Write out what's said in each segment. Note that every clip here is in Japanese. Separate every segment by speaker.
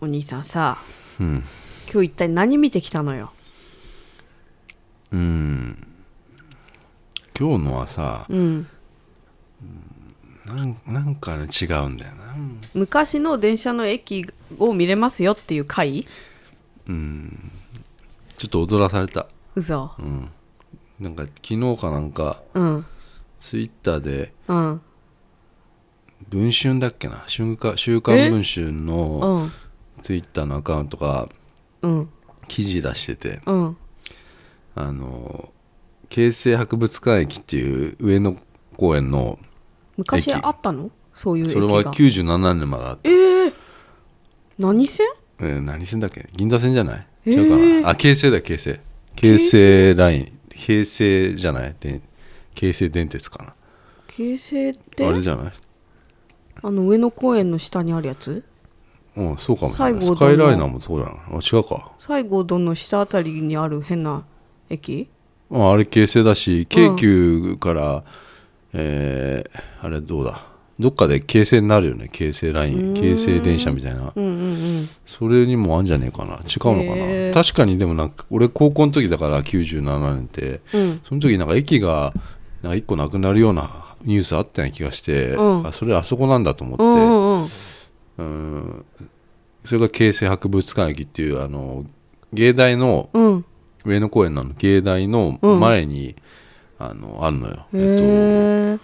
Speaker 1: お兄さんさ
Speaker 2: うん
Speaker 1: 今日一体何見てきたのよ
Speaker 2: うん今日のはさ
Speaker 1: うん
Speaker 2: なんなんかね違うんだよな
Speaker 1: 昔の電車の駅を見れますよっていう回
Speaker 2: うんちょっと踊らされた
Speaker 1: 嘘
Speaker 2: うんなんか昨日かなんか
Speaker 1: うん
Speaker 2: ツイッターで
Speaker 1: うん
Speaker 2: 「文春」だっけな「週刊週刊文春」
Speaker 1: う
Speaker 2: の
Speaker 1: ん
Speaker 2: ツイッターのアカウントが
Speaker 1: うん
Speaker 2: 記事出してて
Speaker 1: うん
Speaker 2: あの京成博物館駅っていう上野公園の
Speaker 1: 昔
Speaker 2: 駅
Speaker 1: あったのそういう駅
Speaker 2: それは
Speaker 1: が
Speaker 2: 97年まであった
Speaker 1: 何線
Speaker 2: えー何線だっけ銀座線じゃない、
Speaker 1: えー
Speaker 2: 違うかなあ京成だ京成京成ライン京成じゃないで京成電鉄か
Speaker 1: 京成って
Speaker 2: なあれ
Speaker 1: あ
Speaker 2: じゃない
Speaker 1: の上野公園の下にあるやつ
Speaker 2: うんそうかもしれない
Speaker 1: 西郷
Speaker 2: ス
Speaker 1: どの
Speaker 2: カイライナーもそうだなあ違うか
Speaker 1: 西郷どの下あたりにある変な駅
Speaker 2: ああれ京成だし京急から、えーあれどうだどっかで京成になるよね京成ライン京成電車みたいな
Speaker 1: うんうん
Speaker 2: それにもあんじゃねえかな違うのかな、
Speaker 1: へー
Speaker 2: 確かにでもなんか俺高校の時だから97年って
Speaker 1: うんうん
Speaker 2: その時なんか駅がなんか一個なくなるようなニュースあったような気がして、
Speaker 1: うん
Speaker 2: あそれあそこなんだと思
Speaker 1: うんう
Speaker 2: って、
Speaker 1: んうん
Speaker 2: うんそれが京成博物館駅っていうあの芸大の
Speaker 1: うん
Speaker 2: 上野公園なの芸大の前に、あのあるのよ、えっ
Speaker 1: へえ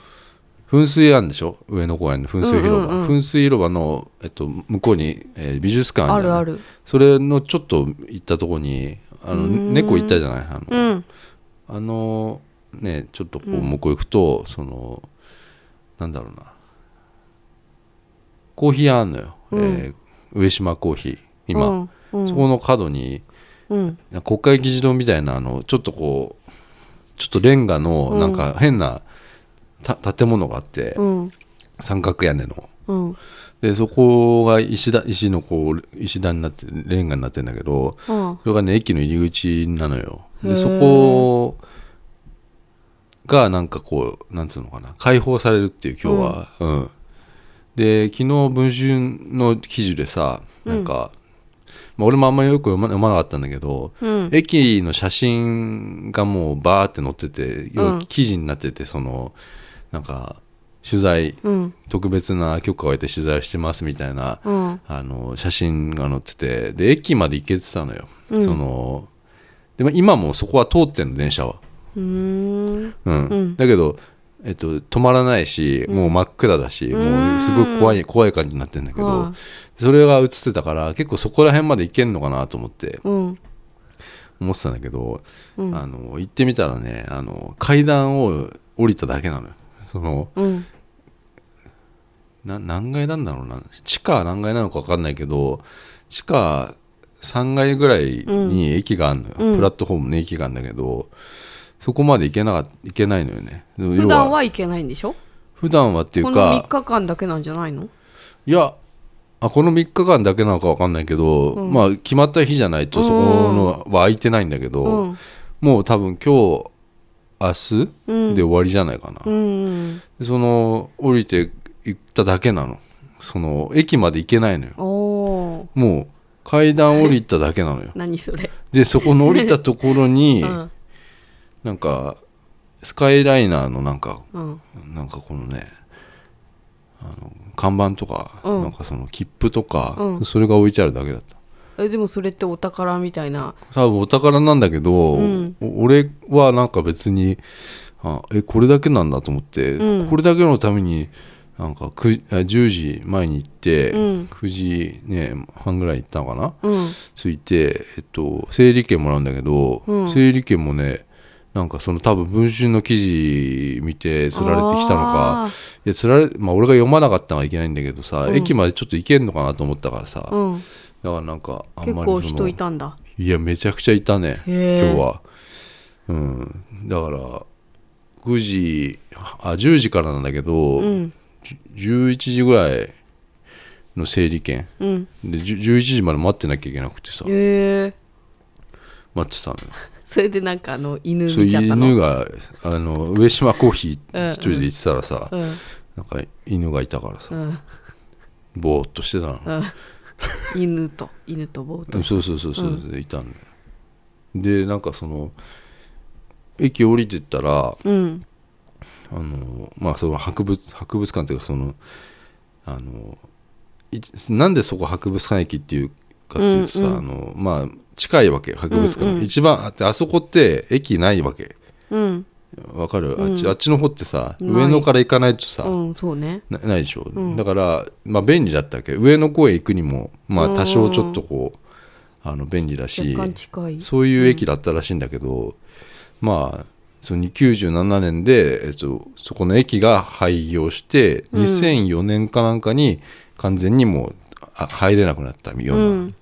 Speaker 2: と、噴水あるんでしょ上野公園の噴水広場、
Speaker 1: うんうんうん
Speaker 2: 噴水広場の、えっと、向こうに、えー美術館
Speaker 1: あ
Speaker 2: るじ
Speaker 1: る
Speaker 2: ゃない
Speaker 1: ある
Speaker 2: それのちょっと行ったとこにあの
Speaker 1: うん
Speaker 2: 猫行ったじゃないあの、
Speaker 1: うん
Speaker 2: あのねちょっとこう向こう行くと、そのなんだろうなコーヒー屋あんのよ、
Speaker 1: うん
Speaker 2: えー上島コーヒー今、
Speaker 1: うんうん
Speaker 2: そこの角に
Speaker 1: うん
Speaker 2: 国会議事堂みたいなあのちょっとこうちょっとレンガの
Speaker 1: うん
Speaker 2: なんか変な、た建物があって、
Speaker 1: うん
Speaker 2: 三角屋根の
Speaker 1: うん
Speaker 2: でそこが石だ石のこう石段になってレンガになってんだけど
Speaker 1: うん
Speaker 2: それがね駅の入り口なのよ
Speaker 1: へー
Speaker 2: でそこがなんかこうなんつうのかな解放されるっていう今日はうん、で昨日文春の記事でさなんか、まあ、俺もあんまりよく読ま読まなかったんだけど
Speaker 1: うん
Speaker 2: 駅の写真がもうバーって載ってて要
Speaker 1: うん
Speaker 2: は記事になっててそのなんか取材
Speaker 1: うん
Speaker 2: 特別な許可を得て取材をしてますみたいな
Speaker 1: うん
Speaker 2: あの写真が載っててで駅まで行けてたのよ、
Speaker 1: うん
Speaker 2: そのでも今もそこは通ってんの電車は、
Speaker 1: うーん
Speaker 2: うん
Speaker 1: うん
Speaker 2: だけど、えっと、止まらないし、もう真っ暗だし、もうすごい怖い怖い感じになってんだけど、
Speaker 1: はい
Speaker 2: それが映ってたから結構そこら辺まで行けんのかなと思って
Speaker 1: うん
Speaker 2: 思ってたんだけど、
Speaker 1: うん
Speaker 2: あの行ってみたらねあの階段を降りただけなのよその
Speaker 1: うん
Speaker 2: な何階なんだろうな地下何階なのか分かんないけど地下3階ぐらいに駅があるのよ、
Speaker 1: うん
Speaker 2: プラットフォームの駅があるんだけどそこまで行けなか行けないのよねでも要
Speaker 1: 普段は行けないんでしょ
Speaker 2: 普段はってい
Speaker 1: こ
Speaker 2: う
Speaker 1: の3
Speaker 2: か
Speaker 1: 日間だけなんじゃないの
Speaker 2: いやあこの3日間だけなのか分かんないけど、
Speaker 1: うん
Speaker 2: まあ決まった日じゃないとそこのは空いてないんだけど、
Speaker 1: うん
Speaker 2: もう多分今日明
Speaker 1: う
Speaker 2: 日
Speaker 1: ん
Speaker 2: で終わりじゃないかな、
Speaker 1: うん
Speaker 2: でその降りて行っただけなのその駅まで行けないのよ
Speaker 1: おお
Speaker 2: もう階段降りただけなのよ
Speaker 1: 何それ
Speaker 2: でそこの降りたところ に、
Speaker 1: うん
Speaker 2: なんかスカイライナーのなんか
Speaker 1: うん
Speaker 2: なんかこのねあの看板とか、
Speaker 1: うん
Speaker 2: なんかその切符とか、
Speaker 1: うん
Speaker 2: それが置いてあるだけだった
Speaker 1: えでもそれってお宝みたいな
Speaker 2: 多分お宝なんだけど、
Speaker 1: うん
Speaker 2: お俺はなんか別にあえこれだけなんだと思って、
Speaker 1: うん
Speaker 2: これだけのためになんかくあ10時前に行って、
Speaker 1: うん
Speaker 2: 9時、ね、半ぐらい行ったのかな、
Speaker 1: うん
Speaker 2: ついて、えっと、整理券もらうんだけど、
Speaker 1: うん
Speaker 2: 整理券もねなんかその多分文春の記事見て釣られてきたのか
Speaker 1: あ
Speaker 2: いや釣られ、まあ、俺が読まなかったのはいけないんだけどさ、
Speaker 1: うん
Speaker 2: 駅までちょっと行けんのかなと思ったからさ、
Speaker 1: ーうん
Speaker 2: だからなんかあん
Speaker 1: 結
Speaker 2: まり
Speaker 1: 構
Speaker 2: そ
Speaker 1: 人
Speaker 2: の
Speaker 1: いたんだ
Speaker 2: いやめちゃくちゃいたね今
Speaker 1: へー
Speaker 2: 日は、うん、だから9時あ10時からなんだけど、
Speaker 1: うん
Speaker 2: じゅ11時ぐらいの整理券
Speaker 1: うん
Speaker 2: でじゅ11時まで待ってなきゃいけなくてさ
Speaker 1: へえ
Speaker 2: 待ってたのよ
Speaker 1: それでなんかあの犬
Speaker 2: そう
Speaker 1: 見ちゃったの
Speaker 2: 犬があの上島コーヒ
Speaker 1: うんう
Speaker 2: ー
Speaker 1: ん
Speaker 2: 一人で行ってたらさ、
Speaker 1: うん
Speaker 2: なんか犬がいたからさ、
Speaker 1: うん
Speaker 2: ぼーっとしてたの、
Speaker 1: うん犬と犬と棒と、
Speaker 2: そうそうそうそう、いたのよでなんかその駅降りてったら
Speaker 1: うん、
Speaker 2: あのまあその博物博物館というかそのあのいなんでそこ博物館駅っていうかっていうとさ、
Speaker 1: うんうん
Speaker 2: あのまあ近いわけ博物館、
Speaker 1: うんうん
Speaker 2: 一番あってあそこって駅ないわけ
Speaker 1: うん、
Speaker 2: わかる、あっ
Speaker 1: う
Speaker 2: ち
Speaker 1: ん
Speaker 2: あっちの方ってさ
Speaker 1: ない
Speaker 2: 上野から行かないとさ、
Speaker 1: うん、そうね。
Speaker 2: なないでしょ、
Speaker 1: うん
Speaker 2: だから、まあ、便利だったわけ上野公園行くにも、まあ、多少ちょっとこうあの便利だし
Speaker 1: 若干近い。
Speaker 2: そういう駅だったらしいんだけど、まあその97年で、えっと、そこの駅が廃業して、
Speaker 1: うん
Speaker 2: 2004年かなんかに完全にもうあ入れなくなったよ
Speaker 1: う
Speaker 2: うなん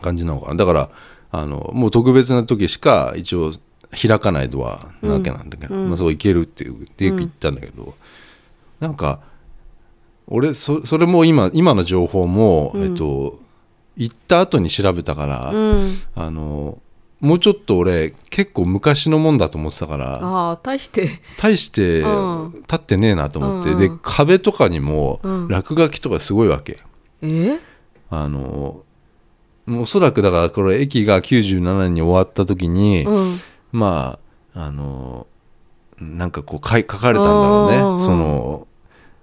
Speaker 2: 感じなのかな、だからあのもう特別な時しか一応開かないドアなわけなんだけど、
Speaker 1: うん
Speaker 2: まあ、そう行けるっていうで
Speaker 1: うん
Speaker 2: 行ったんだけど、なんか俺そそれも今今の情報も、
Speaker 1: うん
Speaker 2: えっと、行った後に調べたから、
Speaker 1: うん、
Speaker 2: あのもうちょっと俺結構昔のもんだと思ってたから
Speaker 1: ああ、大して、
Speaker 2: 大して立
Speaker 1: うん
Speaker 2: ってねえなと思って、
Speaker 1: うんう
Speaker 2: で
Speaker 1: ん
Speaker 2: 壁とかにも
Speaker 1: うん
Speaker 2: 落書きとかすごいわけ、
Speaker 1: え
Speaker 2: あのおそらくだからこれ駅が97年に終わった時に、
Speaker 1: うん、
Speaker 2: まああのなんかこう書い書かれたんだろうね、
Speaker 1: うんうんうん
Speaker 2: その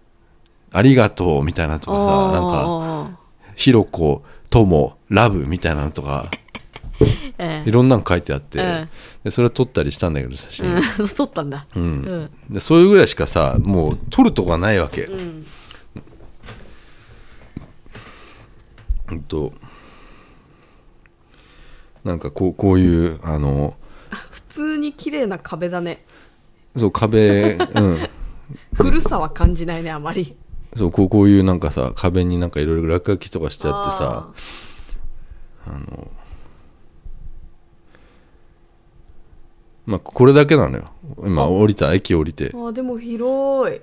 Speaker 2: 「ありがとう」みたいなとかさなんか
Speaker 1: か、
Speaker 2: 「ひろこ」「とも」「ラブ」みたいなのとか
Speaker 1: え
Speaker 2: いろんなの書いてあって、
Speaker 1: え
Speaker 2: でそれ撮ったりしたんだけど写
Speaker 1: え
Speaker 2: 真、
Speaker 1: うん、 取ったんだ。
Speaker 2: うん
Speaker 1: うん、
Speaker 2: でそういうぐらいしかさもう撮るとこがないわけ、
Speaker 1: う
Speaker 2: うん
Speaker 1: ん、
Speaker 2: となんかこうこういうあの
Speaker 1: 普通に綺麗な壁だね。
Speaker 2: そう壁、うん、
Speaker 1: 古さは感じないね、あまり。
Speaker 2: そうこうこういうなんかさ壁になんかいろいろ落書きとかしてあってさあのまあこれだけなのよ今降りた駅降りて
Speaker 1: あーあー、でも広い。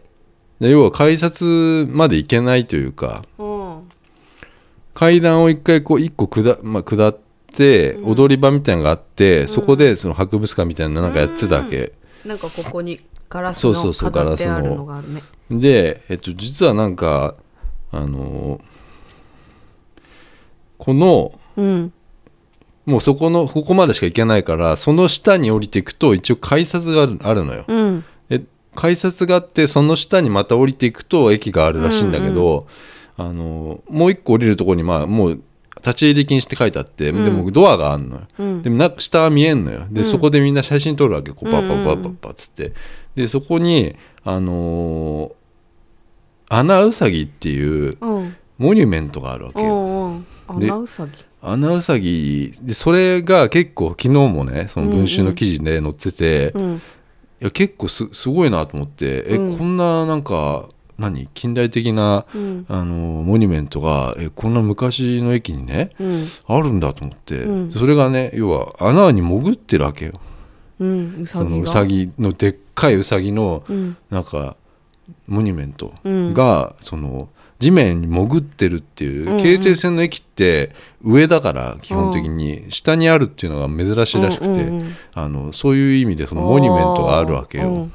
Speaker 2: で要は改札まで行けないというか
Speaker 1: うん、
Speaker 2: 階段を一回こう一個下,、まあ、下って
Speaker 1: うん
Speaker 2: 踊り場みたいなのがあって、そこでその博物館みたいなのなんかやってたわけ、
Speaker 1: なんかここにガラス
Speaker 2: そうそう
Speaker 1: の
Speaker 2: そうガ
Speaker 1: 飾
Speaker 2: ラ
Speaker 1: っ
Speaker 2: ス
Speaker 1: て
Speaker 2: の
Speaker 1: あるのがあるね。
Speaker 2: で、えっと、実はなんかあのーこの
Speaker 1: うん、
Speaker 2: もうそこのここまでしか行けないからその下に降りていくと一応改札があるあるのよ、
Speaker 1: うん、
Speaker 2: え改札があってその下にまた降りていくと駅があるらしいんだけど、あのもう一個降りるところに、まあ、もう立ち入り禁止って書いてあって、
Speaker 1: うん
Speaker 2: でもドアがあるのよ、
Speaker 1: うん
Speaker 2: でもな下は見えんのよ
Speaker 1: う
Speaker 2: で、
Speaker 1: ん
Speaker 2: そこでみんな写真撮るわけこうパッパッパッパ
Speaker 1: うんうんう
Speaker 2: ッ
Speaker 1: ん
Speaker 2: パッつってでそこにあのーアナウサギっていう
Speaker 1: うん、
Speaker 2: モニュメントがあるわけ
Speaker 1: う
Speaker 2: よ
Speaker 1: ん、うん、ア
Speaker 2: で
Speaker 1: ナウサギ。
Speaker 2: アナウサギでそれが結構昨日もねその文春の記事で載ってて、
Speaker 1: うん、
Speaker 2: いや結構すすごいなと思ってえ、
Speaker 1: うん
Speaker 2: こんななんか何近代的な
Speaker 1: うん、
Speaker 2: あのモニュメントがえこんな昔の駅にね
Speaker 1: うん、
Speaker 2: あるんだと思って、
Speaker 1: うん
Speaker 2: それがね要は穴に潜ってるわけよ
Speaker 1: うん、ウサ
Speaker 2: そ
Speaker 1: ギ
Speaker 2: の
Speaker 1: が。
Speaker 2: うさぎのでっかいうさぎの
Speaker 1: うん、
Speaker 2: なんかモニュメント
Speaker 1: うん
Speaker 2: が、その地面に潜ってるっていう、
Speaker 1: うんうん
Speaker 2: 京成線の駅って上だから基本的に、下にあるっていうのが珍しいらしくて、
Speaker 1: うんうんうん
Speaker 2: あのそういう意味でそのモニュメントがあるわけよ。
Speaker 1: うん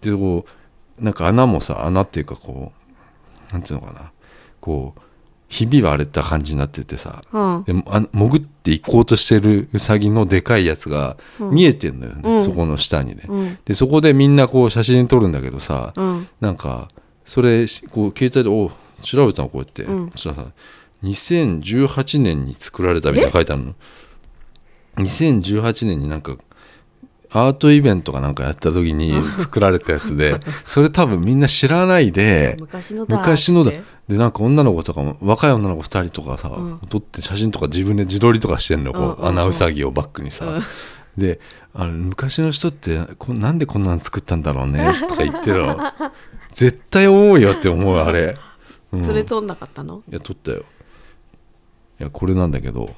Speaker 2: でこうなんか穴もさ穴っていうかこうなんていうのかなこうひび割れた感じになっててさ
Speaker 1: うん
Speaker 2: でもあ潜っていこうとしてるウサギのでかいやつが
Speaker 1: うん
Speaker 2: 見えてんのよね、
Speaker 1: うん
Speaker 2: そこの下にね。
Speaker 1: うん
Speaker 2: でそこでみんなこう写真撮るんだけどさ、
Speaker 1: うん
Speaker 2: なんかそれしこう携帯でお調べたのこうやって、
Speaker 1: うん
Speaker 2: そしたらさ2018年に作られたみたいな書いてあるの2018年になんかアートイベントかなんかやった時に作られたや つでそれ多分みんな知らないで
Speaker 1: 昔のだ
Speaker 2: 昔のだ
Speaker 1: って
Speaker 2: でなんか女の子とかも若い女の子2人とかさ、
Speaker 1: うん
Speaker 2: 撮って写真とか自分で自撮りとかしてんの
Speaker 1: うん
Speaker 2: こ
Speaker 1: うん
Speaker 2: う
Speaker 1: うん
Speaker 2: アナウサギをバックにさ、
Speaker 1: うん
Speaker 2: であの昔の人ってこなんでこんなん作ったんだろう ねとか言ってるの絶対思うよって思うあれ、うん
Speaker 1: それ撮んなかったの
Speaker 2: いや撮ったよいやこれなんだけど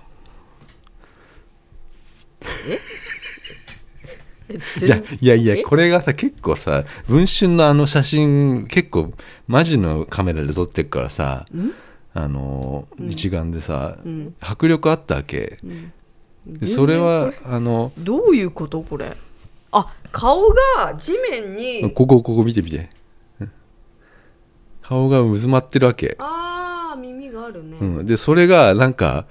Speaker 2: いやいやいや
Speaker 1: え
Speaker 2: これがさ結構さ文春のあの写真結構マジのカメラで撮ってるからさ
Speaker 1: ん
Speaker 2: あのー一眼でさ、
Speaker 1: うん
Speaker 2: 迫力あったわけ
Speaker 1: うん
Speaker 2: でそれはあの
Speaker 1: どういうことこれあ顔が地面に
Speaker 2: ここここ見て見て顔がうずまってるわけ
Speaker 1: ああ耳があるね、
Speaker 2: うん、でそれがなんか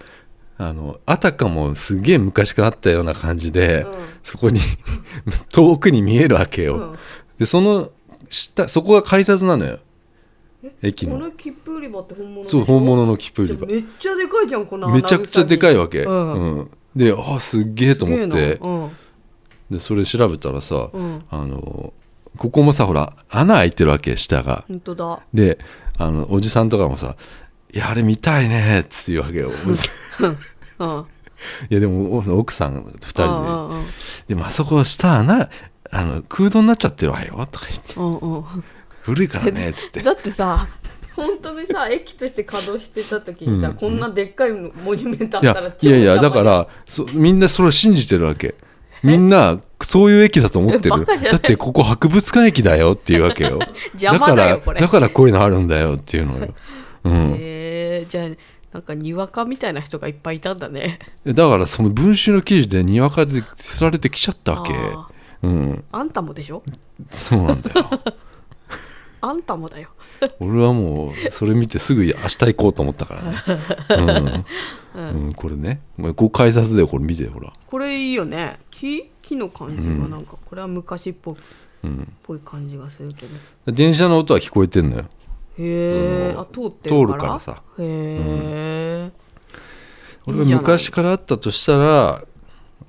Speaker 2: あのあたかもすげえ昔からあったような感じで、
Speaker 1: うん
Speaker 2: そこに 遠くに見えるわけよ、
Speaker 1: うん
Speaker 2: でその下そこが改札なのよ駅
Speaker 1: こ
Speaker 2: の
Speaker 1: の切符売り場って本物でし
Speaker 2: そ
Speaker 1: ょ
Speaker 2: う本物の切符売り場
Speaker 1: じゃあめっちゃでかいじゃんこの
Speaker 2: めちゃくちゃでかい
Speaker 1: わ
Speaker 2: わけ、
Speaker 1: うん
Speaker 2: うんであすっげえと思って
Speaker 1: うん
Speaker 2: でそれ調べたらさ、
Speaker 1: うん
Speaker 2: あのここもさほら穴開いてるわけ下が
Speaker 1: 本当だ
Speaker 2: であのおじさんとかもさ「いやあれ見たいね」っつって言うわけよおじさん
Speaker 1: うんうん
Speaker 2: いやでもお奥さん2人で、
Speaker 1: うん
Speaker 2: でもあそこ下穴あの空洞になっちゃってるわよとか言って
Speaker 1: うんうんうん
Speaker 2: 古いからねっつって
Speaker 1: だってさ本当にさ駅として稼働してた時にさ、
Speaker 2: うん
Speaker 1: こんなでっかいモニュメントあっ
Speaker 2: い
Speaker 1: たら
Speaker 2: やいやいやだか
Speaker 1: っ
Speaker 2: らそみんなそれを信じてるわけみんなそういう駅だと思って
Speaker 1: え
Speaker 2: る
Speaker 1: バカじゃない
Speaker 2: だってここ博物館駅だよっていうわけよ
Speaker 1: 邪魔だよ
Speaker 2: だ
Speaker 1: こ
Speaker 2: か
Speaker 1: れ
Speaker 2: らだからこういうのあるんだよっていうの よ、うん、
Speaker 1: えー、じゃあなんかにわかみたいな人がいっぱいいたんだね
Speaker 2: だからその文集の記事でにわかで釣られてきちゃったわけ
Speaker 1: あ
Speaker 2: うん
Speaker 1: あんたもでしょ
Speaker 2: そうなんだ よ
Speaker 1: あんたもだよ
Speaker 2: 俺はもうそれ見てすぐ明日行こうと思ったからね、 うんうんこれねお前こう改札でこれ見てほら、
Speaker 1: これいいよね木木の感じがなんか、これは昔っぽっ
Speaker 2: うん、
Speaker 1: ぽい感じがするけど
Speaker 2: 電車の音は聞こえてんのよ
Speaker 1: へえ
Speaker 2: その
Speaker 1: あ通ってるから
Speaker 2: 通るからさ
Speaker 1: へえ、
Speaker 2: こ
Speaker 1: いい
Speaker 2: れが
Speaker 1: じゃない
Speaker 2: 昔からあったとしたら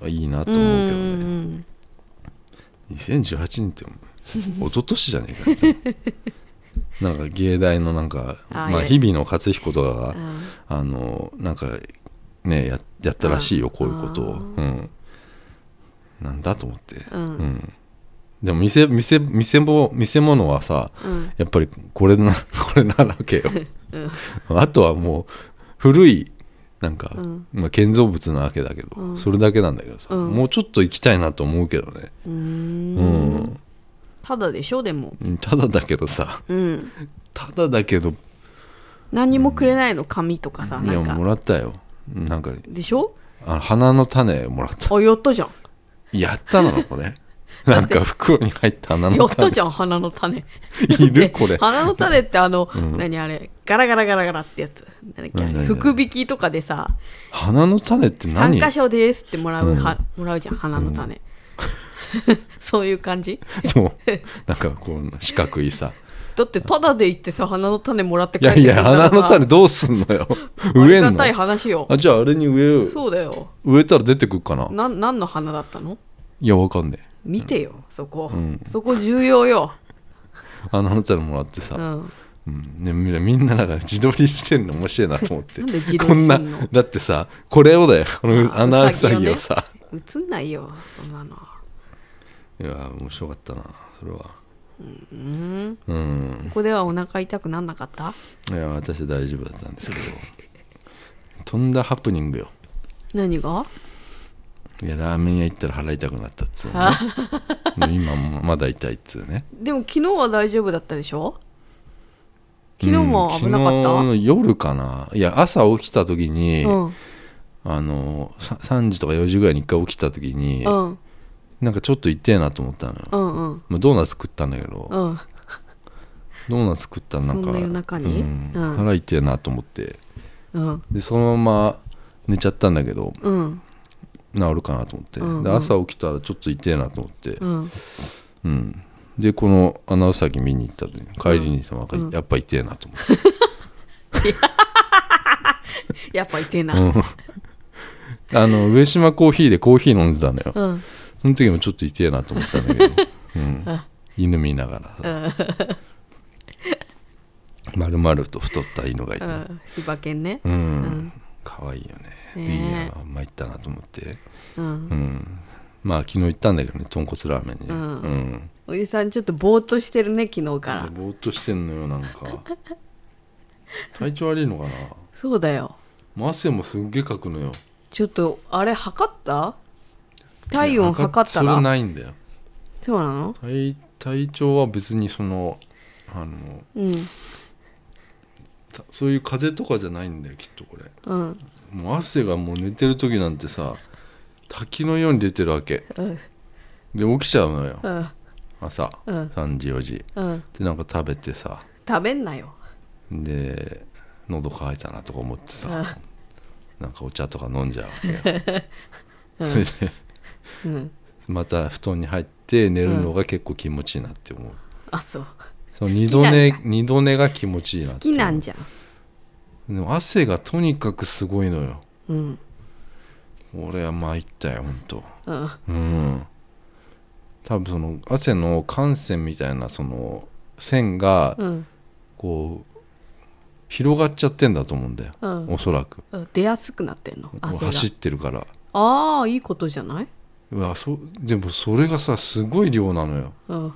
Speaker 2: いいなと思うけど
Speaker 1: ん
Speaker 2: ね
Speaker 1: ん
Speaker 2: 2018年ってお一昨年じゃねえかいつもなんか芸大のなんか
Speaker 1: あ
Speaker 2: まあ、
Speaker 1: いや
Speaker 2: 日々の勝彦とかが、
Speaker 1: うんうん
Speaker 2: あのなんかねややったらしいよ
Speaker 1: あ
Speaker 2: こういうことを、
Speaker 1: あ
Speaker 2: うん、なんだと思って、
Speaker 1: うん
Speaker 2: うんでも見せ見せ見せも見せ物はさ
Speaker 1: うん
Speaker 2: やっぱりこれな これなわ けよ、あとはもう古いなんか、
Speaker 1: うん
Speaker 2: まあ、建造物なわけだけど、
Speaker 1: うん
Speaker 2: それだけなんだけどさ、
Speaker 1: うん
Speaker 2: もうちょっと行きたいなと思うけどね、
Speaker 1: うーん
Speaker 2: うん
Speaker 1: ただでしょでも
Speaker 2: ただだけどさ
Speaker 1: うん
Speaker 2: ただだけど
Speaker 1: 何もくれないの紙とかさ
Speaker 2: い
Speaker 1: な
Speaker 2: や
Speaker 1: ん
Speaker 2: も
Speaker 1: から
Speaker 2: ったよなんか
Speaker 1: でしょ
Speaker 2: あ花の種もらった
Speaker 1: あやったじゃん
Speaker 2: やったなのこ れなんか袋に入った花
Speaker 1: や
Speaker 2: の
Speaker 1: った
Speaker 2: 種
Speaker 1: じゃん花の 種
Speaker 2: いるこれ
Speaker 1: 花の種ってあの、
Speaker 2: ん
Speaker 1: 何あれガラガラガラガラってやつ何だっ
Speaker 2: 何
Speaker 1: け
Speaker 2: 何
Speaker 1: 福引きとかでさ
Speaker 2: 花の種って
Speaker 1: 三
Speaker 2: 何
Speaker 1: 箇所ですってもらう、
Speaker 2: うん
Speaker 1: はもらうじゃん花の種、 そういう感じ
Speaker 2: そうなんかこう四角い さ
Speaker 1: だってタダで行ってさ花の種もらって
Speaker 2: い
Speaker 1: 帰っ
Speaker 2: や
Speaker 1: て
Speaker 2: い
Speaker 1: くる
Speaker 2: や
Speaker 1: んだから
Speaker 2: 花
Speaker 1: さ
Speaker 2: の種どうすんのよ
Speaker 1: あ
Speaker 2: 植え
Speaker 1: りが
Speaker 2: んの
Speaker 1: たい話よ
Speaker 2: あじゃああれに植えようよ
Speaker 1: そうだよ
Speaker 2: 植えたら出てくるかな
Speaker 1: なん何の花だったの
Speaker 2: いやわかんねえ
Speaker 1: 見てよそこ、
Speaker 2: うん
Speaker 1: そこ重要よ、
Speaker 2: 花の種もらってさ、
Speaker 1: う
Speaker 2: う
Speaker 1: ん、
Speaker 2: んね、みんなみんなだから自撮りしてるの面白いなと思って
Speaker 1: なんで自撮り
Speaker 2: こんな
Speaker 1: すんの
Speaker 2: だってさこれをだよこの
Speaker 1: あ
Speaker 2: 穴う
Speaker 1: うさ
Speaker 2: さ
Speaker 1: ぎを
Speaker 2: ぎ
Speaker 1: ね
Speaker 2: をさ
Speaker 1: 映んないよそんなの
Speaker 2: いや面白かったなそれは
Speaker 1: うん
Speaker 2: うん
Speaker 1: ここではお腹痛くなんなかった
Speaker 2: いや私大丈夫だったんですけどとんだハプニングよ
Speaker 1: 何が
Speaker 2: いやラーメン屋行ったら腹痛くなったっつうのねで今もまだ痛いっつうね
Speaker 1: でも昨日は大丈夫だったでしょ昨日も
Speaker 2: うん
Speaker 1: 危なかった、
Speaker 2: 昨日の夜かないや朝起きた時に、
Speaker 1: うん
Speaker 2: あのさ3時とか4時ぐらいに一回起きた時に、
Speaker 1: うん
Speaker 2: なんかちょっと痛えなと思ったのよ、
Speaker 1: うんうん
Speaker 2: まあ、ドーナツ食ったんだけど、
Speaker 1: うん
Speaker 2: ドーナツ食ったらなんか
Speaker 1: そんな夜中に
Speaker 2: うん
Speaker 1: うん
Speaker 2: 腹痛えなと思って
Speaker 1: うん
Speaker 2: でそのまま寝ちゃったんだけど
Speaker 1: うん
Speaker 2: 治るかなと思って、
Speaker 1: うんうん
Speaker 2: で朝起きたらちょっと痛えなと思って、
Speaker 1: うん
Speaker 2: うん、でこのアナウサギ見に行った時に帰りにその、
Speaker 1: うん
Speaker 2: やっぱ痛えなと思って、
Speaker 1: やっぱ痛えな、
Speaker 2: うん、あの上島コーヒーでコーヒー飲んでたのよ
Speaker 1: うん
Speaker 2: その時もちょっと痛えなと思ったんだけど、うん、犬見ながらさまるまると太った犬がいうて
Speaker 1: ん柴犬ね
Speaker 2: うん、
Speaker 1: ん
Speaker 2: 可愛いよね
Speaker 1: ねえ
Speaker 2: いいな参ったなと思って、
Speaker 1: う
Speaker 2: うんん、まあ昨日行ったんだけどね豚骨ラーメンにね、
Speaker 1: うん
Speaker 2: うん
Speaker 1: おじさんちょっとぼーっとしてるね昨日から
Speaker 2: ぼーっとしてんのよなんか体調悪いのかな
Speaker 1: そうだよ
Speaker 2: もう汗もすっげえかくのよ
Speaker 1: ちょっとあれ測った体温測った
Speaker 2: いや測それ
Speaker 1: ら
Speaker 2: ないんだよ
Speaker 1: そうなの
Speaker 2: 体体調は別にそのあの
Speaker 1: うん
Speaker 2: たそういう風邪とかじゃないんだよきっとこれ
Speaker 1: うん
Speaker 2: もう汗がもう寝てる時なんてさ滝のように出てるわけ
Speaker 1: うん
Speaker 2: で起きちゃうのよ
Speaker 1: うん
Speaker 2: 朝、
Speaker 1: うん
Speaker 2: 3時4時
Speaker 1: うん
Speaker 2: でなんか食べてさ
Speaker 1: 食べんなよ
Speaker 2: で喉乾いたなとか思ってさなんかお茶とか飲んじゃうわけよ
Speaker 1: うん
Speaker 2: それで
Speaker 1: うん
Speaker 2: また布団に入って寝るのが結構気持ちいいなって思う、
Speaker 1: あそう
Speaker 2: その
Speaker 1: 好き
Speaker 2: 二
Speaker 1: なんだ
Speaker 2: 度寝二度寝が気持ちいいなっ
Speaker 1: 好
Speaker 2: て
Speaker 1: き
Speaker 2: 思う
Speaker 1: なんじゃん
Speaker 2: でも汗がとにかくすごいのよ
Speaker 1: うん
Speaker 2: 俺は参ったよほんと
Speaker 1: うん
Speaker 2: うん多分その汗の汗腺みたいなその線が
Speaker 1: うん
Speaker 2: こう広がっちゃってんだと思うんだよ、
Speaker 1: うん
Speaker 2: おそらく
Speaker 1: うん出やすくなってんの
Speaker 2: こう
Speaker 1: 汗が
Speaker 2: 走ってるから
Speaker 1: ああいいことじゃないう
Speaker 2: わそでもそれがさすごい量なのよ
Speaker 1: うん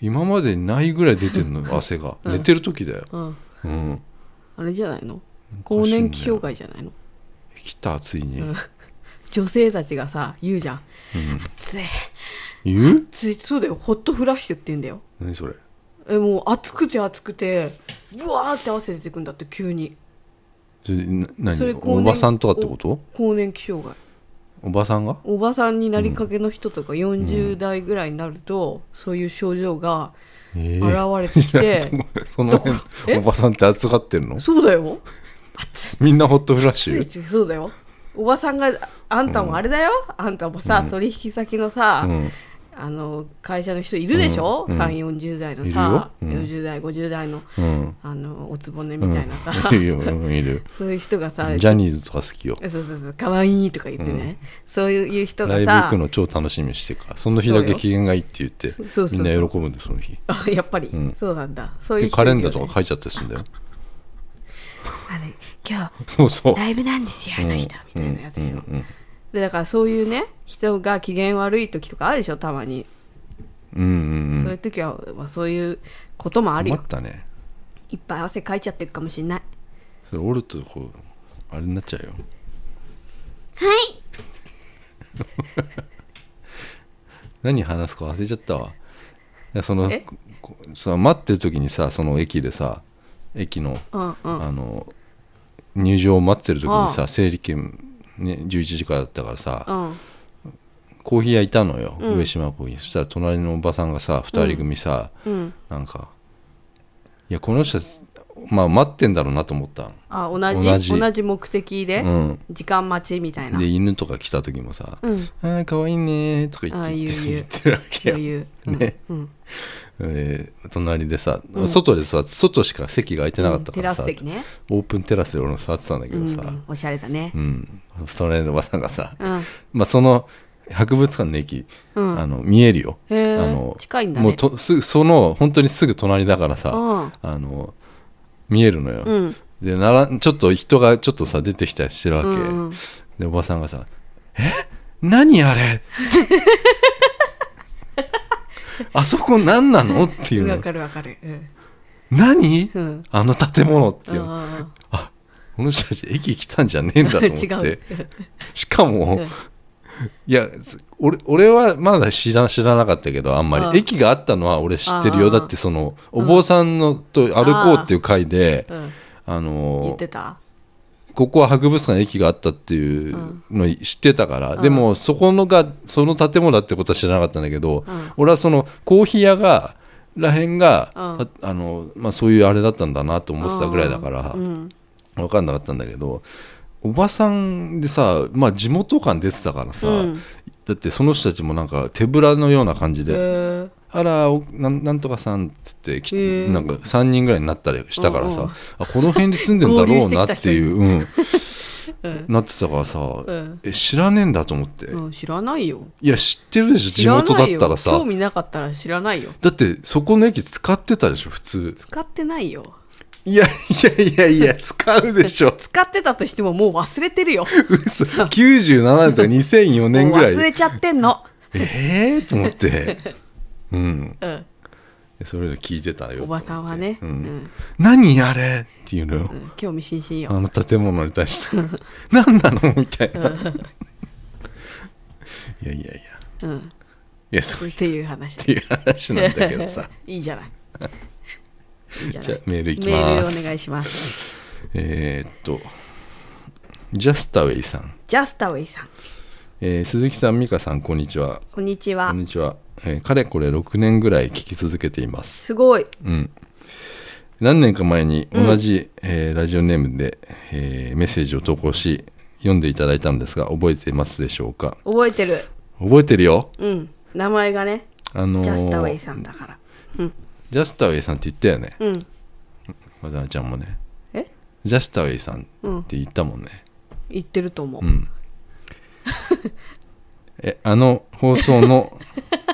Speaker 2: 今までにないぐらい出てるのよ汗が、
Speaker 1: うん
Speaker 2: 寝てる時だよ、
Speaker 1: うん
Speaker 2: うん、
Speaker 1: あれじゃないの
Speaker 2: おか
Speaker 1: 更
Speaker 2: しいんだよ
Speaker 1: 年期障害じゃないの
Speaker 2: 来たついに、
Speaker 1: うん女性たちがさ言うじゃん
Speaker 2: うん
Speaker 1: 暑い
Speaker 2: 言う
Speaker 1: 暑いそうだよホットフラッシュって言うんだよ
Speaker 2: 何それ
Speaker 1: えもう暑くて暑くてブワーって汗出てくんだって急に
Speaker 2: それな
Speaker 1: それ
Speaker 2: 何
Speaker 1: 更年
Speaker 2: おばさんとかってこと
Speaker 1: 更年期障害
Speaker 2: おばさんが
Speaker 1: おばさんになりかけの人とか40代ぐらいになると、そういう症状が
Speaker 2: ええ
Speaker 1: 現れてき て、
Speaker 2: その辺
Speaker 1: え
Speaker 2: おばさんって暑がってるの
Speaker 1: そうだよ暑い
Speaker 2: みんなホットフラッシ
Speaker 1: 暑い
Speaker 2: ュ
Speaker 1: ってそうだよおばさんがあんたもあれだよ、あんたもさ、
Speaker 2: うん
Speaker 1: 取引先のさ、
Speaker 2: うん
Speaker 1: あの会社の人いるでしょ、
Speaker 2: うんうん
Speaker 1: 3 4 0代のさ、
Speaker 2: いるようん
Speaker 1: 40代50代の
Speaker 2: うん
Speaker 1: あのおつぼね
Speaker 2: うん
Speaker 1: みたいなさ、
Speaker 2: いるようんいる
Speaker 1: そういう人がさ
Speaker 2: ジャニーズとか好きよ
Speaker 1: そうそうそう可愛いとか言ってね、そういう人が
Speaker 2: ライブ行
Speaker 1: さ
Speaker 2: くの超楽しみにしてるからその日だ
Speaker 1: そう
Speaker 2: け
Speaker 1: よ
Speaker 2: 機嫌がいいって言って
Speaker 1: そうそうそう
Speaker 2: み
Speaker 1: そうん
Speaker 2: な喜ぶんだよその日
Speaker 1: あ やっぱり、
Speaker 2: うん
Speaker 1: そうなんだそういう
Speaker 2: で
Speaker 1: 人
Speaker 2: カレンダーと
Speaker 1: いるよね
Speaker 2: か書いちゃったりするんだよ
Speaker 1: あの今
Speaker 2: そうそう
Speaker 1: 日ライブなんですよあの人、みたいなやつでしょ、
Speaker 2: うんうん
Speaker 1: でだからそういうね人が機嫌悪い時とかあるでしょたまに、
Speaker 2: うんうんうん
Speaker 1: そういう時は、まあ、そういうこともある
Speaker 2: 困
Speaker 1: よ
Speaker 2: ったね
Speaker 1: いっぱい汗かいちゃってるかもしれない
Speaker 2: それ折るとこうあれになっちゃうよ
Speaker 1: はい
Speaker 2: 何話すか忘れちゃったわいやその
Speaker 1: え
Speaker 2: こさ待ってる時にさその駅でさ駅の
Speaker 1: うんうん
Speaker 2: あの入場を待ってる時に
Speaker 1: あ
Speaker 2: さ整理券、ね、11時からだったから
Speaker 1: う
Speaker 2: さ
Speaker 1: ん
Speaker 2: コーヒー屋いたのよ、
Speaker 1: うん
Speaker 2: 上島コーヒーそしたら隣のおばさんがさ2人組さ、
Speaker 1: うん
Speaker 2: なんかいやこの人はまあ待ってんだろうなと思ったの
Speaker 1: あ同じ同
Speaker 2: 同
Speaker 1: じ
Speaker 2: じ
Speaker 1: 目的で、
Speaker 2: うん
Speaker 1: 時間待ちみたいな
Speaker 2: で犬とか来た時もさ「
Speaker 1: うん
Speaker 2: ああかわいいね」とか言
Speaker 1: あ
Speaker 2: っ
Speaker 1: ー
Speaker 2: て言
Speaker 1: 言
Speaker 2: って
Speaker 1: う言う
Speaker 2: 言ってるわけよ
Speaker 1: 余裕、
Speaker 2: ね
Speaker 1: うんうん
Speaker 2: えー隣でさ、
Speaker 1: うん
Speaker 2: 外でさ外しか席が空いてなかった
Speaker 1: テ
Speaker 2: か
Speaker 1: ラ
Speaker 2: らさ、
Speaker 1: ス席ね、
Speaker 2: オープンテラスで俺も座ってたんだけ
Speaker 1: う
Speaker 2: ど
Speaker 1: ん
Speaker 2: さ、
Speaker 1: おしゃれだね
Speaker 2: うん隣のおばさんがさ、
Speaker 1: うん
Speaker 2: まあ、その博物館の駅、
Speaker 1: うん
Speaker 2: あの見えるよ、
Speaker 1: へえ
Speaker 2: あの
Speaker 1: 近いんだね
Speaker 2: もうとすぐその本当にすぐ隣だからさ、
Speaker 1: うん
Speaker 2: あの見えるのよ、
Speaker 1: うん
Speaker 2: でならちょっと人がちょっとさ出てきたりしてるわけ、
Speaker 1: うんうん
Speaker 2: でおばさんがさ「え何あれ? 」 あそこ何なのっていう
Speaker 1: わ
Speaker 2: の
Speaker 1: かるわかるうん
Speaker 2: 何、
Speaker 1: うん
Speaker 2: あの建物っていうう、
Speaker 1: んうん
Speaker 2: あこの人たち駅来たんじゃねえんだと思って
Speaker 1: 違 う
Speaker 2: しかも、
Speaker 1: うん
Speaker 2: いやす俺俺はまだ知ら知らなかったけどあん
Speaker 1: う
Speaker 2: ま
Speaker 1: ん
Speaker 2: り駅があったのは俺知ってる
Speaker 1: う
Speaker 2: よ
Speaker 1: んうん
Speaker 2: だってそのお坊さんのと歩こうっていう回で、
Speaker 1: うんうん
Speaker 2: あ
Speaker 1: 言
Speaker 2: の
Speaker 1: ってた
Speaker 2: ここは博物館の駅があったっていうの知ってたから、
Speaker 1: うん
Speaker 2: でもそこのがその建物だってことは知らなかったんだけど、
Speaker 1: うん
Speaker 2: 俺はそのコーヒー屋がらへんが、
Speaker 1: うん
Speaker 2: たあのまあ、そういうあれだったんだなと思ってたぐらいだから、
Speaker 1: うん
Speaker 2: 分かんなかったんだけどおばさんでさ、まあ、地元感出てたからさ、
Speaker 1: うん
Speaker 2: だってその人たちもなんか手ぶらのような感じ
Speaker 1: へ
Speaker 2: で
Speaker 1: え
Speaker 2: 「あらおなんなんとかさん」っつって来
Speaker 1: へ
Speaker 2: て
Speaker 1: ー
Speaker 2: なんか3人ぐらいになったりしたからさ、
Speaker 1: うんうん
Speaker 2: あこの辺に住んでんだろうなっていう、うん、
Speaker 1: うん
Speaker 2: なってたからさ、
Speaker 1: うん
Speaker 2: え知らねえんだと思って、
Speaker 1: うん知らないよ
Speaker 2: いや知ってるでしょ
Speaker 1: 知
Speaker 2: 地
Speaker 1: らない
Speaker 2: 元
Speaker 1: よ
Speaker 2: だったらさ
Speaker 1: 興味なかったら知らないよ
Speaker 2: だってそこの駅使ってたでしょ普通
Speaker 1: 使ってないよ
Speaker 2: いやいやいやい や使うでしょ
Speaker 1: 使ってたとしてももう忘れてるよ
Speaker 2: 嘘97年とか2004年
Speaker 1: もう
Speaker 2: ぐらい
Speaker 1: 忘れちゃってんの
Speaker 2: ええと思 って、うん、
Speaker 1: うん
Speaker 2: そういうの聞いてたよと
Speaker 1: お
Speaker 2: 思
Speaker 1: ば
Speaker 2: って
Speaker 1: さんはね
Speaker 2: う
Speaker 1: うんん
Speaker 2: 何あれっていうのよ、
Speaker 1: うん興味津々よ
Speaker 2: あの建物に対して 何なのみたい な、いやいやいやい
Speaker 1: うん
Speaker 2: やそうっ
Speaker 1: っていう話
Speaker 2: ていう話なんだけど さ
Speaker 1: いいじゃないいいじゃない
Speaker 2: じゃあメールいき
Speaker 1: メー
Speaker 2: ま
Speaker 1: ル
Speaker 2: す
Speaker 1: お願いします
Speaker 2: えーっとジャスタウェイさん、
Speaker 1: ジャスタウェイさん
Speaker 2: えー鈴木さん美香さんこんにちは
Speaker 1: こんにち
Speaker 2: こ
Speaker 1: は
Speaker 2: んにちは、えーかれこれ6年ぐらい聞き続けています
Speaker 1: すごい
Speaker 2: うん、何年か前に
Speaker 1: うん
Speaker 2: 同じ、えーラジオネームで、えーメッセージを投稿し読んでいただいたんですが覚えてますでしょうか
Speaker 1: 覚えてる
Speaker 2: 覚えてるよ
Speaker 1: うん名前がね
Speaker 2: あのー
Speaker 1: ジャスタウェイさんだからうん
Speaker 2: ジャスタウェイさんって言ったよね
Speaker 1: うん
Speaker 2: 渡辺ちゃんもね
Speaker 1: え
Speaker 2: ジャスタウェイさん
Speaker 1: うん
Speaker 2: って言ったもんね
Speaker 1: 言ってると思う、
Speaker 2: うん えあの放 送の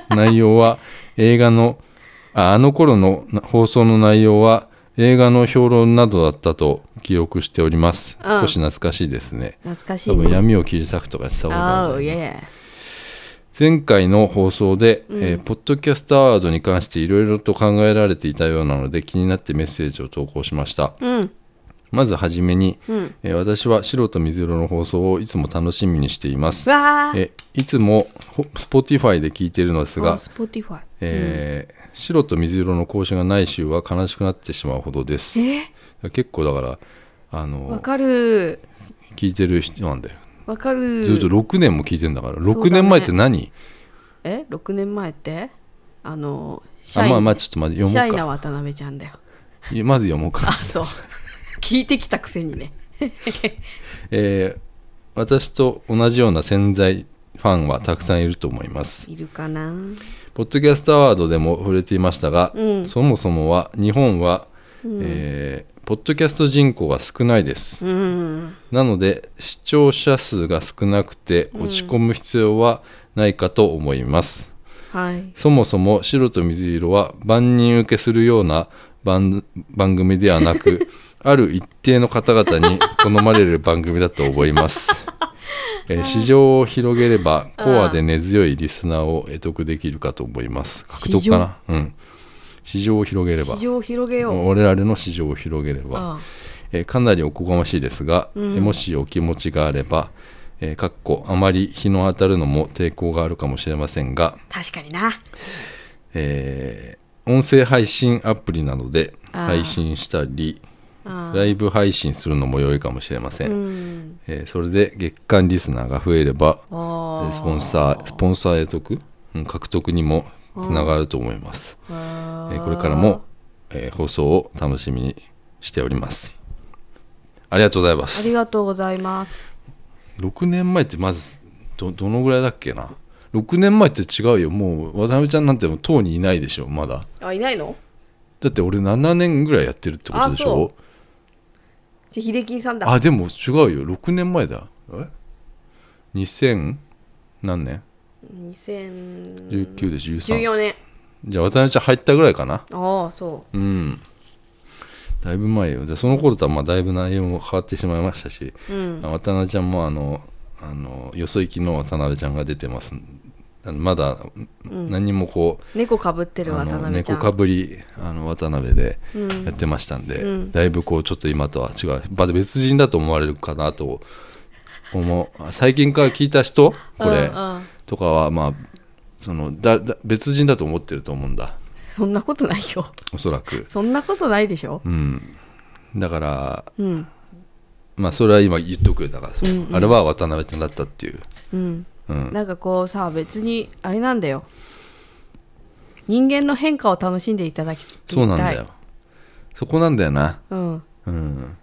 Speaker 2: 内容は映画のああの頃のな放送の内容は映画の評論などだったと記憶しております
Speaker 1: うん
Speaker 2: 少し懐かしいですね、
Speaker 1: 懐かし
Speaker 2: 多
Speaker 1: い
Speaker 2: 分
Speaker 1: ね
Speaker 2: 闇を切り裂くとかやってたことあ
Speaker 1: Oh
Speaker 2: るんだよね
Speaker 1: yeah
Speaker 2: 前回の放送で、
Speaker 1: うん
Speaker 2: えーポッドキャストアワードに関していろいろと考えられていたようなので気になってメッセージを投稿しました
Speaker 1: うん
Speaker 2: まずはじめに、
Speaker 1: うん
Speaker 2: えー私は白と水色の放送をいつも楽しみにしています
Speaker 1: わー
Speaker 2: えいつもほ Spotify で聞いているのですが、
Speaker 1: スポティファイ
Speaker 2: えー白と水色の講師がない週は悲しくなってしまうほどです
Speaker 1: え
Speaker 2: 結構だからあ
Speaker 1: わ
Speaker 2: の
Speaker 1: かる
Speaker 2: 聞いてる人なんだよ
Speaker 1: わかる
Speaker 2: ずっと6年も聞いてんだから、
Speaker 1: ね
Speaker 2: 6年前って何
Speaker 1: え6年前ってあのシ
Speaker 2: あ
Speaker 1: ャイ,、
Speaker 2: まあまあちょっとまず読
Speaker 1: シャ
Speaker 2: も
Speaker 1: イ
Speaker 2: う
Speaker 1: な
Speaker 2: か
Speaker 1: 渡辺ちゃんだよ
Speaker 2: いやまず読もうか
Speaker 1: あそう聞いてきたくせにね
Speaker 2: えー私と同じような潜在ファンはたくさんいると思います
Speaker 1: いるかな
Speaker 2: ポッドキャストアワードでも触れていましたが、
Speaker 1: うん
Speaker 2: そもそもは日本は、
Speaker 1: うん
Speaker 2: えーポッドキャスト人口が少ないです、
Speaker 1: うん
Speaker 2: なので視聴者数が少なくて落ち込む必要はないかと思います、
Speaker 1: はい
Speaker 2: そもそも白と水色は万人受けするような番番組では なくある一定の方々に好まれる番組だと思 います、えー市場を広げればコアで根強いリスナーを得得できるかと思います獲得かなうん市場を広げれば
Speaker 1: 市場を広げよう
Speaker 2: 我々の市場を広げれ
Speaker 1: あ
Speaker 2: ばえーかなりおこがましいですが、
Speaker 1: うん
Speaker 2: えーもしお気持ちがあれば、えーかっこあまり日の当たるのも抵抗があるかもしれませんが、
Speaker 1: 確かにな
Speaker 2: えー音声配信アプリなどで
Speaker 1: あー
Speaker 2: 配信したり
Speaker 1: あ
Speaker 2: ライブ配信するのも良いかもしれません、
Speaker 1: うん
Speaker 2: えーそれで月間リスナーが増えれば
Speaker 1: あ
Speaker 2: え
Speaker 1: ー
Speaker 2: ースポンサースポンサー得得、うん獲得にもつながると思います、
Speaker 1: あ
Speaker 2: え
Speaker 1: ー
Speaker 2: ーこれからも、えー放送を楽しみにしておりますありがとうございます
Speaker 1: ありがとうございます
Speaker 2: 6年前ってまずどどのぐらいだっけな6年前って違うよもう渡辺ちゃんなんてもうとうにいないでしょまだ
Speaker 1: あいないの
Speaker 2: だって俺7年ぐらいやってるってことでしょ
Speaker 1: じゃあ秀樹さんだ
Speaker 2: あでも違うよ6年前だえ2000何年
Speaker 1: 2014
Speaker 2: ?19 で13
Speaker 1: 年
Speaker 2: じゃあ渡辺ちゃん入ったぐらいかな
Speaker 1: ああそ
Speaker 2: うんだいぶ前よでその頃とはまあだいぶ内容も変わってしまいましたし、
Speaker 1: ううん
Speaker 2: 渡辺ちゃんもあのあのよそ行きの渡辺ちゃんが出てますあのまだ
Speaker 1: ん
Speaker 2: 何もこう、
Speaker 1: 猫かぶってる
Speaker 2: あ
Speaker 1: 渡
Speaker 2: の
Speaker 1: 辺ちゃ
Speaker 2: 猫
Speaker 1: ん
Speaker 2: かぶりあの渡辺で
Speaker 1: うん
Speaker 2: やってましたんで、
Speaker 1: うん
Speaker 2: だいぶこうちょっと今とは違う、まあ、別人だと思われるかなと思うあ最近から聞いた人これ
Speaker 1: うんうん
Speaker 2: とかはまあそのだだ別人だと思ってると思うんだ
Speaker 1: そんなことないよ
Speaker 2: おそらく、
Speaker 1: そんなことないでしょ
Speaker 2: うん、だから
Speaker 1: うん
Speaker 2: まあそれは今言っとくよだから、その
Speaker 1: うんうん
Speaker 2: あれは渡辺ちゃんだったっていう、
Speaker 1: うん
Speaker 2: うん、
Speaker 1: なんかこうさ別にあれなんだよ人間の変化を楽しんでいただきたい
Speaker 2: そうなんだよそこなんだよな、
Speaker 1: うん、
Speaker 2: うん、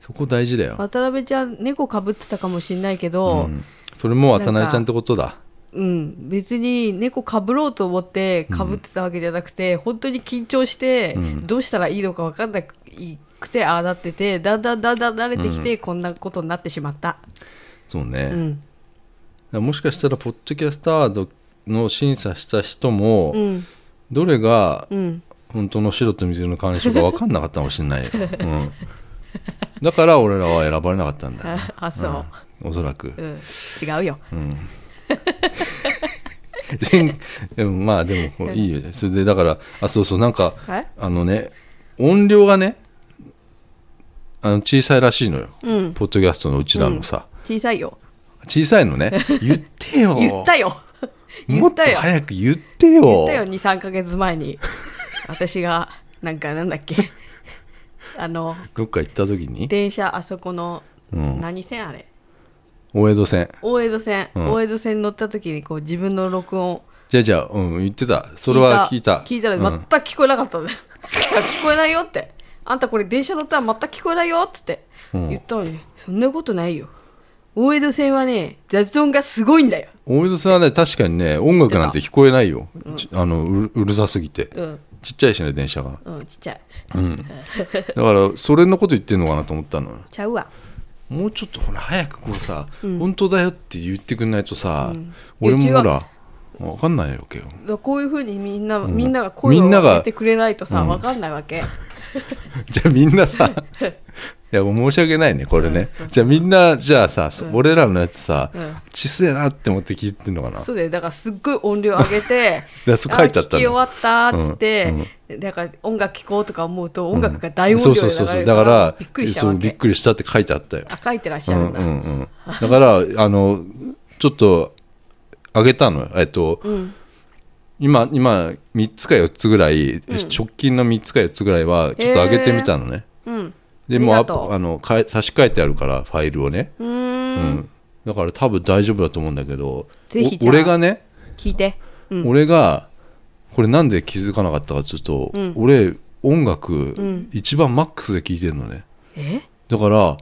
Speaker 2: そこ大事だよ、
Speaker 1: 渡辺ちゃん猫かぶってたかもしれないけ
Speaker 2: う
Speaker 1: ど、
Speaker 2: ん、それも渡辺ちゃんってことだ
Speaker 1: うん、別に猫かぶろうと思ってかぶってたわけじゃなくて、本当に緊張して、
Speaker 2: うん
Speaker 1: どうしたらいいのか分かんなくてああなっててだんだんだんだん慣れてきて、こんなことになってしまった、
Speaker 2: そうね、
Speaker 1: うん
Speaker 2: もしかしたらポッドキャスタードの審査した人も、
Speaker 1: うん
Speaker 2: どれが
Speaker 1: うん、
Speaker 2: 本当の白と水の感触か分かんなかったかもしれないよ、うん、だから俺らは選ばれなかったんだよ、ね、
Speaker 1: あそう、
Speaker 2: おそらく、
Speaker 1: うん違うよ
Speaker 2: うん、全でもまあでもいいよねそれでだからあそうそうなんか
Speaker 1: はい
Speaker 2: あのね音量がねあの小さいらしいのよ
Speaker 1: うん
Speaker 2: ポッドキャストのうちらのさ、
Speaker 1: 小さいよ
Speaker 2: 小さ いのね言ってよ
Speaker 1: 言ったよ言
Speaker 2: もっ
Speaker 1: っ
Speaker 2: と
Speaker 1: たよ
Speaker 2: 早く言ってよ
Speaker 1: 言ったよ23か月前に私がなんかなんだっけ あの
Speaker 2: どっか行った時に、
Speaker 1: 電車あそこの、
Speaker 2: うん、
Speaker 1: 何線あれ
Speaker 2: 大江戸線
Speaker 1: 大江戸線、
Speaker 2: うん
Speaker 1: 大江戸線乗った時にこう自分の録音
Speaker 2: じゃあじゃあ、うん、言ってたそれは聞いた
Speaker 1: 聞いたら
Speaker 2: うん
Speaker 1: 全く聞こえなかったんだよ、聞こえないよってあんたこれ電車乗ったら全く聞こえないよ」っつって
Speaker 2: うん
Speaker 1: 言ったのに、そんなことないよ大江戸線はね雑音がすごいんだよ、
Speaker 2: 大江戸さんはね確かにね音楽なんて聞こえないよ、ちあのうるうるさすぎて
Speaker 1: うん
Speaker 2: ちっちゃいしね電車 が
Speaker 1: うん、ちっちゃい
Speaker 2: だからそれのこと言ってんのかなと思ったのよ
Speaker 1: ちゃうわ
Speaker 2: もうちょっとほら早くこうさ、本当だよって言ってくんないとさ、俺
Speaker 1: い
Speaker 2: も
Speaker 1: や違う
Speaker 2: ほら分かんないわけよ
Speaker 1: だからこういうふうにみんな、
Speaker 2: ん
Speaker 1: みんなが声を
Speaker 2: みんなが
Speaker 1: 上げてくれないとさ、わかんないわけ。
Speaker 2: じゃあみんな さいやもう申し訳ないねこれね、じゃあみんなじゃあさ、そ俺らのやつさ、
Speaker 1: うん
Speaker 2: ちすえなって思って聞いてんのかな
Speaker 1: そうだよだからすっごい音量上げて
Speaker 2: だそう書いてあったの
Speaker 1: 聞き終わったっつって、
Speaker 2: うん
Speaker 1: だから音楽聴こうとか思うと音楽が大音量で流
Speaker 2: そ
Speaker 1: れ
Speaker 2: う
Speaker 1: る
Speaker 2: そう
Speaker 1: から,、
Speaker 2: そうそうだから
Speaker 1: びっくりしちゃう
Speaker 2: そう
Speaker 1: わ
Speaker 2: びっ
Speaker 1: け
Speaker 2: くりしたって書いてあったよ
Speaker 1: あ書いてらっし
Speaker 2: う
Speaker 1: ゃ
Speaker 2: ん
Speaker 1: るん
Speaker 2: う
Speaker 1: だ、
Speaker 2: んうん、だからあのちょっと上げたのよえっと、
Speaker 1: ん
Speaker 2: 今今3つか4つぐらい、直近の3つか4つぐらいはちょっと上げてみたのね、
Speaker 1: うん
Speaker 2: でもう
Speaker 1: あ
Speaker 2: ア
Speaker 1: りがとう
Speaker 2: ップあのかえ差し替えてあるからファイルをね、
Speaker 1: うー
Speaker 2: うんんだから多分大丈夫だと思うんだけど
Speaker 1: ぜひ
Speaker 2: お
Speaker 1: じゃあ
Speaker 2: 俺がね、
Speaker 1: 聞いて、うん、
Speaker 2: 俺がこれなんで気づかなかったかちょっと、
Speaker 1: うん
Speaker 2: 俺音楽、
Speaker 1: ん
Speaker 2: 一番マックスで聴いてるのね
Speaker 1: え
Speaker 2: だから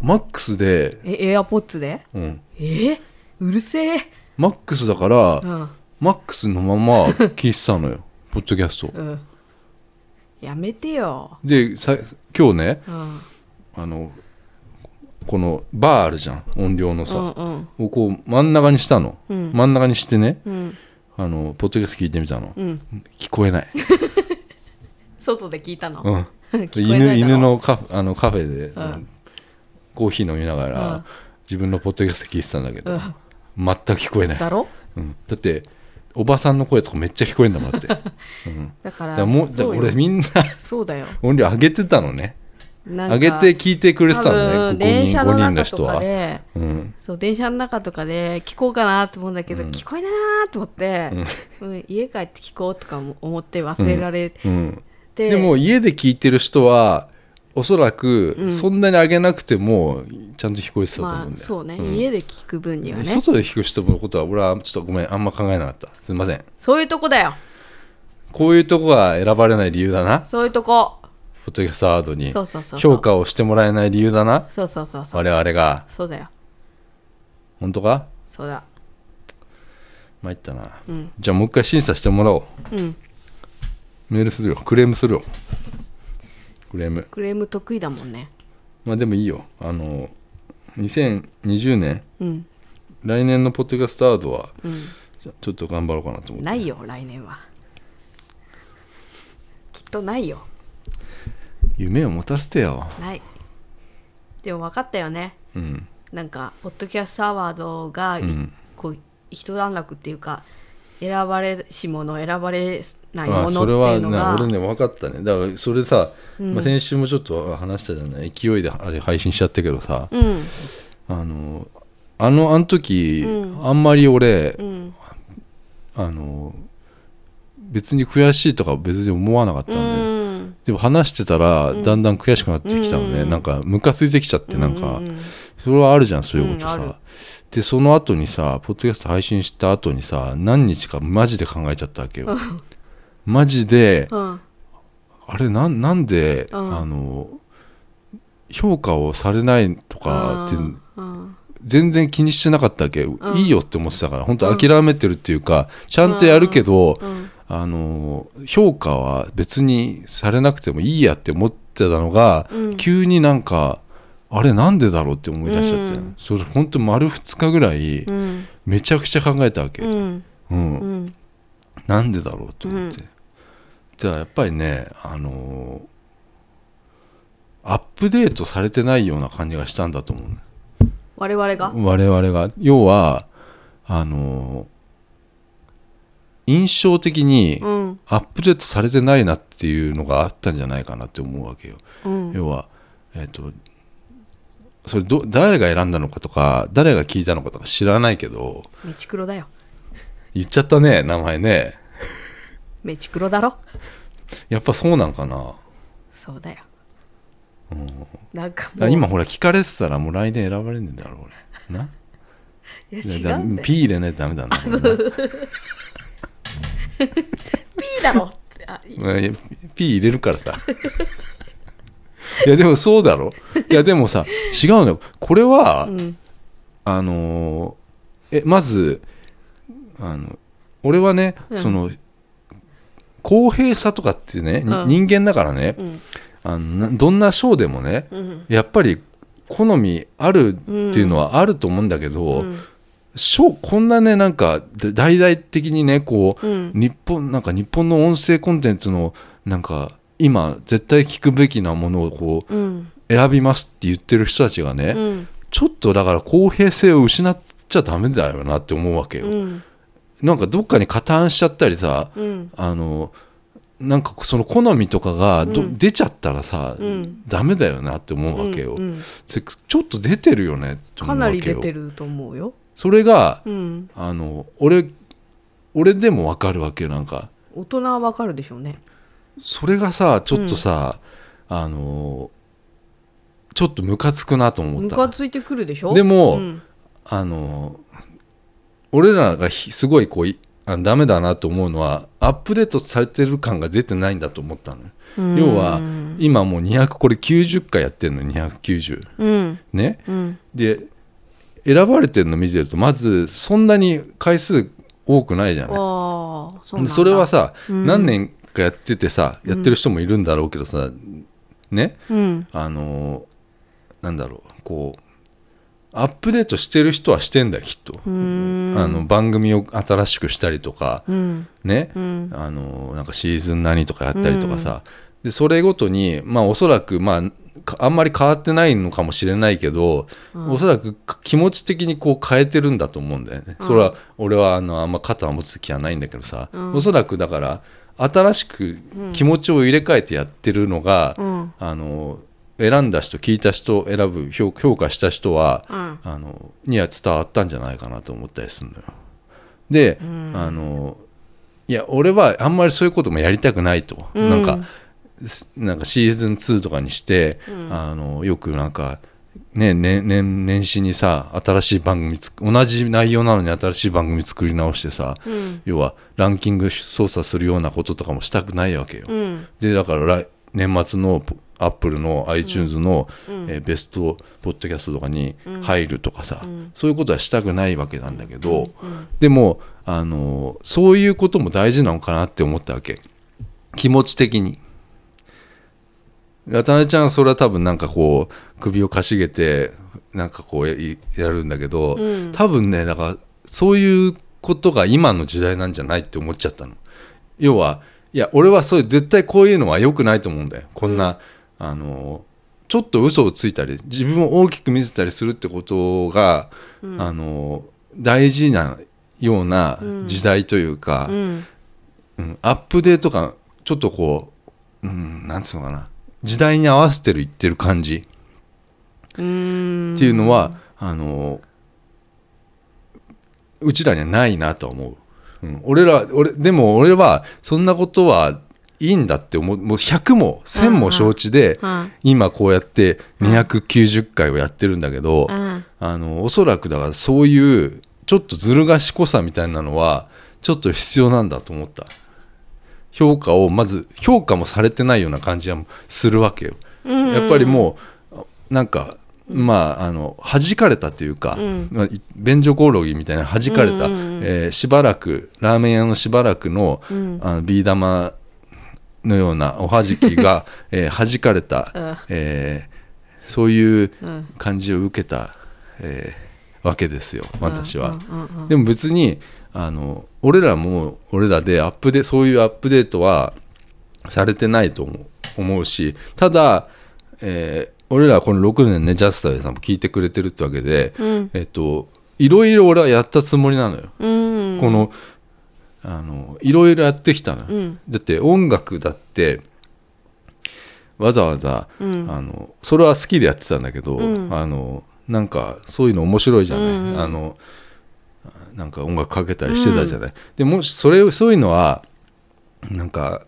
Speaker 2: マックスで、
Speaker 1: えエアポッツで
Speaker 2: うん、
Speaker 1: えうるせえ、
Speaker 2: マックスだから、
Speaker 1: うん
Speaker 2: マックスのまま聞いてた のよポッドキャスト
Speaker 1: うん、やめてよ、
Speaker 2: でさ今日ね
Speaker 1: うん、
Speaker 2: あのこのバーあるじゃん音量の
Speaker 1: う
Speaker 2: さ
Speaker 1: ん、うん
Speaker 2: をこう真ん中にしたの、
Speaker 1: うん
Speaker 2: 真ん中にしてね
Speaker 1: うん
Speaker 2: あのポッドキャスト聞いてみたの、
Speaker 1: うん
Speaker 2: 聞こ えない、
Speaker 1: 外で聞いたの、
Speaker 2: うん、
Speaker 1: 聞こえないだろ
Speaker 2: 犬犬のカフあのカフェで、
Speaker 1: ん
Speaker 2: コーヒー飲みながら、
Speaker 1: うん
Speaker 2: 自分のポッドキャスト聞いてたんだけど、
Speaker 1: うん
Speaker 2: 全く聞こえない
Speaker 1: だろ
Speaker 2: うんだっておばさんの声とかめっちゃ聞こえんだもん だって、うん、だ
Speaker 1: だか
Speaker 2: かららもう
Speaker 1: そ
Speaker 2: だから
Speaker 1: うよ
Speaker 2: 俺みんな
Speaker 1: そうだよ
Speaker 2: 音量上げてたのね
Speaker 1: なんか
Speaker 2: 上げて聞いてくれてた
Speaker 1: 多
Speaker 2: の
Speaker 1: 分
Speaker 2: ね5
Speaker 1: 電
Speaker 2: 人
Speaker 1: 車
Speaker 2: 5
Speaker 1: の
Speaker 2: 人の
Speaker 1: 中
Speaker 2: 人
Speaker 1: とか
Speaker 2: は、
Speaker 1: で
Speaker 2: うん、
Speaker 1: そう電車の中とかで聞こうかなと思うんだけど、聞こえないなと思って、うん家帰って聞こうとかも思って忘れられて、
Speaker 2: うん、でも家で聞いてる人はおそらくそんなに上げなくてもちゃんと聞こえてたと思う
Speaker 1: ま
Speaker 2: ん
Speaker 1: あ
Speaker 2: だよ、
Speaker 1: そうね、
Speaker 2: ん
Speaker 1: 家で聞く分にはね
Speaker 2: 外で聞く人のことは俺はちょっとごめんあんま考えなかったすいません
Speaker 1: そういうとこだよ
Speaker 2: こういうとこが選ばれない理由だなポッ
Speaker 1: そういうとこ
Speaker 2: ドキャストアワードに
Speaker 1: そうそうそうそう
Speaker 2: 評価をしてもらえない理由だな
Speaker 1: そうそうそうそう
Speaker 2: 我々が
Speaker 1: そうだよ
Speaker 2: 本当か
Speaker 1: そうだ
Speaker 2: 参ったな、
Speaker 1: うん
Speaker 2: じゃあもう一回審査してもらおう
Speaker 1: うん
Speaker 2: メールするよクレームするよクレーム
Speaker 1: クレーム得意だもんね
Speaker 2: まあでもいいよあの2020年
Speaker 1: うん
Speaker 2: 来年のポッドキャストアワードは
Speaker 1: うん
Speaker 2: じゃあちょっと頑張ろうかなと思って
Speaker 1: ないよ来年はきっとないよ
Speaker 2: 夢を持たせてよ
Speaker 1: ないでも分かったよね
Speaker 2: うん
Speaker 1: なんかポッドキャストアワードが、い
Speaker 2: うん
Speaker 1: こう一段落っていうか選ばれし者選ばれない
Speaker 2: あ
Speaker 1: もの
Speaker 2: そ
Speaker 1: って
Speaker 2: れ
Speaker 1: い
Speaker 2: は
Speaker 1: うの
Speaker 2: ね
Speaker 1: が
Speaker 2: 俺ね分かったねだからそれさ、まあ、先週もちょっと話したじゃない勢いであれ配信しちゃったけどさ、
Speaker 1: うん
Speaker 2: あのあのあの時、
Speaker 1: うん
Speaker 2: あんまり俺、
Speaker 1: うん
Speaker 2: あの別に悔しいとか別に思わなかった
Speaker 1: う
Speaker 2: んだよ、
Speaker 1: ん
Speaker 2: でも話してたらだんだん悔しくなってきたのね、
Speaker 1: うん
Speaker 2: なんかムカついてきちゃってなんか、
Speaker 1: うんうん
Speaker 2: それはあるじゃんそういうことさ、
Speaker 1: うんある
Speaker 2: でその後にさポッドキャスト配信した後にさ何日かマジで考えちゃったわけよマジで
Speaker 1: うん
Speaker 2: あれなんなんで、
Speaker 1: うん
Speaker 2: あの評価をされないとかって
Speaker 1: うん
Speaker 2: 全然気にしてなかったわけ、
Speaker 1: ん
Speaker 2: いいよって思ってたから本当諦めてるっていうか、ちゃんとやるけど、
Speaker 1: うん
Speaker 2: あの評価は別にされなくてもいいやって思ってたのが、
Speaker 1: うん
Speaker 2: 急になんかあれなんでだろうって思い出しちゃって、
Speaker 1: うん
Speaker 2: それ本当丸2日ぐらい
Speaker 1: うん
Speaker 2: めちゃくちゃ考えたわけ、
Speaker 1: う
Speaker 2: うん
Speaker 1: んうん
Speaker 2: なんでだろうと思って、
Speaker 1: う
Speaker 2: じゃあやっぱりねあのアップデートされてないような感じがしたんだと思うね
Speaker 1: 我々が
Speaker 2: 我々が要はあの印象的に
Speaker 1: うん
Speaker 2: アップデートされてないなっていうのがあったんじゃないかなって思うわけよ、
Speaker 1: うん
Speaker 2: 要はえっ、とそれど誰が選んだのかとか誰が聞いたのかとか知らないけど
Speaker 1: メチクロだよ
Speaker 2: 言っちゃったね名前ね
Speaker 1: メチクロだろ
Speaker 2: やっぱそうなんかな
Speaker 1: そうだよなんかも
Speaker 2: あ
Speaker 1: う
Speaker 2: 今ほら聞かれてたらもう来年選ばれねえんだろこ れない
Speaker 1: や
Speaker 2: いや
Speaker 1: 違
Speaker 2: だ
Speaker 1: うんだよ
Speaker 2: ピー入れないとダメだなこれな
Speaker 1: ピーだろってあい
Speaker 2: うんいやピー入れるからさいやでもそうだろいやでもさ違うのよこれは、
Speaker 1: うん
Speaker 2: あのーえまずあの俺はね、
Speaker 1: うん
Speaker 2: その公平さとかってね、に
Speaker 1: うん
Speaker 2: 人間だからね
Speaker 1: うん
Speaker 2: あのなどんな賞でもね
Speaker 1: うん
Speaker 2: やっぱり好みあるっていうのはあると思うんだけ
Speaker 1: う
Speaker 2: ど
Speaker 1: ん
Speaker 2: 賞、こんなねなんかで大々的にねこう、
Speaker 1: うん
Speaker 2: 日本なんか日本の音声コンテンツのなんか今絶対聞くべきなものをこう
Speaker 1: うん
Speaker 2: 選びますって言ってる人たちがね、
Speaker 1: うん
Speaker 2: ちょっとだから公平性を失っちゃダメだよなって思うわけよ、
Speaker 1: うん
Speaker 2: なんかどっかに加担しちゃったりさ
Speaker 1: うん
Speaker 2: あのなんかその好みとかがど、
Speaker 1: うん
Speaker 2: 出ちゃったらさ、
Speaker 1: うん
Speaker 2: ダメだよなって思うわけよ、
Speaker 1: うん
Speaker 2: せちょっと出てるよねって思
Speaker 1: か
Speaker 2: うわ
Speaker 1: な
Speaker 2: け
Speaker 1: り
Speaker 2: よ
Speaker 1: 出てると思うよ
Speaker 2: それが
Speaker 1: うん
Speaker 2: あの俺俺でもわかるわけよなんか
Speaker 1: 大人はわかるでしょうね
Speaker 2: それがさちょっとさ、あのちょっとムカつくなと思
Speaker 1: ム
Speaker 2: った
Speaker 1: カついてくるでしょ
Speaker 2: でも
Speaker 1: うん
Speaker 2: あの俺らがひすごいこういあダメだなと思うのはアップデートされてる感が出てないんだと思ったのよ要は
Speaker 1: うん
Speaker 2: 今もう200これ90回やってるの290
Speaker 1: うん
Speaker 2: ね
Speaker 1: うん
Speaker 2: で選ばれてるの見てるとまずそんなに回数多くないじゃな
Speaker 1: あ
Speaker 2: い
Speaker 1: あそうなん
Speaker 2: で
Speaker 1: だ
Speaker 2: それはさ、
Speaker 1: うん
Speaker 2: 何年かやっててさやってる人もいるんだろうけどさ、ね
Speaker 1: うん
Speaker 2: あのなんだろうこうアップデートしてる人はしてんだよきっと、
Speaker 1: うーん
Speaker 2: あの番組を新しくしたりとか
Speaker 1: うん
Speaker 2: ね、
Speaker 1: うん
Speaker 2: あのなんかシーズン何とかやったりとかさ、でそれごとにまあおそらくまあかあんまり変わってないのかもしれないけど、
Speaker 1: うん
Speaker 2: おそらくか気持ち的にこう変えてるんだと思うんだよね、
Speaker 1: うん
Speaker 2: それは俺はあのあんま肩を持つ気はないんだけどさ、
Speaker 1: うん
Speaker 2: おそらくだから新しく気持ちを入れ替えてやってるのが、
Speaker 1: うん
Speaker 2: あの選んだ人聞いた人選ぶ評評価した人は、
Speaker 1: うん
Speaker 2: あのには伝わったんじゃないかなと思ったりするのよ。で、
Speaker 1: うん
Speaker 2: あのいや俺はあんまりそういうこともやりたくないと、
Speaker 1: うん
Speaker 2: なんかすなんかシーズン2とかにして、
Speaker 1: うん
Speaker 2: あのよくなんか、ね年年年始にさ新しい番組つく同じ内容なのに新しい番組作り直してさ、
Speaker 1: うん
Speaker 2: 要はランキング操作するようなこととかもしたくないわけよ。
Speaker 1: うん
Speaker 2: でだから来年末のポアップルの iTunes の、
Speaker 1: うん
Speaker 2: えーベストポッドキャストとかに入るとかさ、
Speaker 1: うん
Speaker 2: そういうことはしたくないわけなんだけど、
Speaker 1: うん
Speaker 2: でもあのーそういうことも大事なのかなって思ったわけ気持ち的に。渡辺ちゃんはそれは多分なんかこう首をかしげてなんかこうやいやるんだけど、
Speaker 1: うん
Speaker 2: 多分ねだからそういうことが今の時代なんじゃないって思っちゃったの要はいや俺はそういう絶対こういうのは良くないと思うんだよこんな、あのちょっと嘘をついたり自分を大きく見せたりするってことが、
Speaker 1: うん
Speaker 2: あの大事なような時代というか、
Speaker 1: うん
Speaker 2: うんアップデート感ちょっとこう、うん、なんつうのかな時代に合わせてるいってる感じ
Speaker 1: うん
Speaker 2: っていうのは、あのうちらにはないなとは思う、うん、俺ら俺でも俺はそんなことはいいんだって思うもう100も1000も承知で、
Speaker 1: うん
Speaker 2: 今こうやって290回をやってるんだけど、
Speaker 1: うん
Speaker 2: あのおそらくだからそういうちょっとずる賢さみたいなのはちょっと必要なんだと思った評価をまず評価もされてないような感じはするわけよ、
Speaker 1: うん
Speaker 2: やっぱりもうなんかまああの弾かれたというか、
Speaker 1: うん
Speaker 2: まあい便所コオロギみたいな弾かれた、
Speaker 1: うんうんうん
Speaker 2: えーしばらくラーメン屋のしばらくの,、
Speaker 1: うん
Speaker 2: あのビー玉のようなおはじきが、 えー弾かれた、
Speaker 1: うん
Speaker 2: えーそういう
Speaker 1: うん
Speaker 2: 感じを受けた、えーわけですよ私は。
Speaker 1: うんうんうん
Speaker 2: でも別にあの俺らも俺らでアップデそういうアップデートはされてないと思う思うしただ、えー俺らこの6年ねジャスターさんも聞いてくれてるってわけで、
Speaker 1: うん
Speaker 2: えっといろいろ俺はやったつもりなのよ。
Speaker 1: うん
Speaker 2: このあのいろいろやってきたのよ、
Speaker 1: うん
Speaker 2: だって音楽だってわざわざ、
Speaker 1: うん
Speaker 2: あのそれは好きでやってたんだけど、
Speaker 1: うん
Speaker 2: あのなんかそういうの面白いじゃない、
Speaker 1: うんうん
Speaker 2: あのなんか音楽かけたりしてたじゃない、でもしそれそういうのはなんか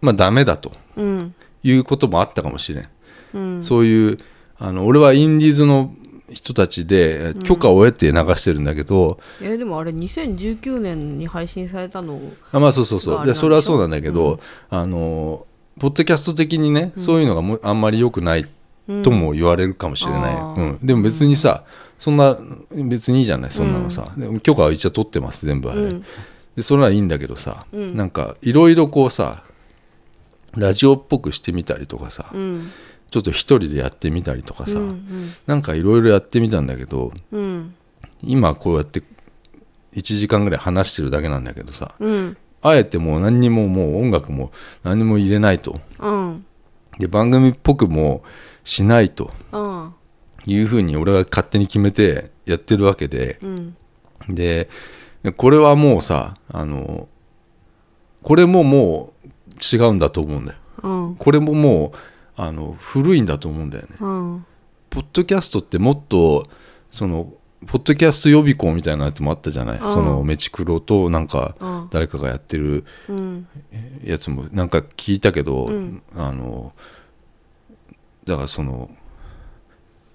Speaker 2: まあダメだと
Speaker 1: うん
Speaker 2: いうこともあったかもしれん、
Speaker 1: うん
Speaker 2: そういうあの俺はインディーズの人たちで許可を得て流してるんだけど、
Speaker 1: えーでもあれ2019年に配信されたの
Speaker 2: あまあそうそうそう
Speaker 1: があ
Speaker 2: で
Speaker 1: れなんでしょ
Speaker 2: それはそうなんだけど、あのポッドキャスト的にね、そういうのがもうあんまり良くないとも言われるかもしれない、
Speaker 1: あ
Speaker 2: う
Speaker 1: ー
Speaker 2: んでも別にさそんな別にいいじゃないそんなのさ、でも許可は一応取ってます全部あれ、
Speaker 1: うん
Speaker 2: でそれはいいんだけどさ、
Speaker 1: うん
Speaker 2: なんかいろいろこうさラジオっぽくしてみたりとかさ、
Speaker 1: うん
Speaker 2: ちょっと一人でやってみたりとかさ、
Speaker 1: うん
Speaker 2: なんかいろいろやってみたんだけど
Speaker 1: うん
Speaker 2: 今こうやって1時間ぐらい話してるだけなんだけどさ
Speaker 1: うん
Speaker 2: あえてもう何にももう音楽も何にも入れないと
Speaker 1: うん
Speaker 2: で番組っぽくもしないと
Speaker 1: うん
Speaker 2: いうふうに俺が勝手に決めてやってるわけで
Speaker 1: うん
Speaker 2: でこれはもうさあのこれももう違うんだと思うんだよ
Speaker 1: うん
Speaker 2: これももうあの古いんだと思うんだよね
Speaker 1: うん
Speaker 2: ポッドキャストってもっとそのポッドキャスト予備校みたいなやつもあったじゃない、
Speaker 1: うん
Speaker 2: そのメチクロとなんか
Speaker 1: うん
Speaker 2: 誰かがやってる
Speaker 1: うん
Speaker 2: やつもなんか聞いたけど、
Speaker 1: うん
Speaker 2: あのだからその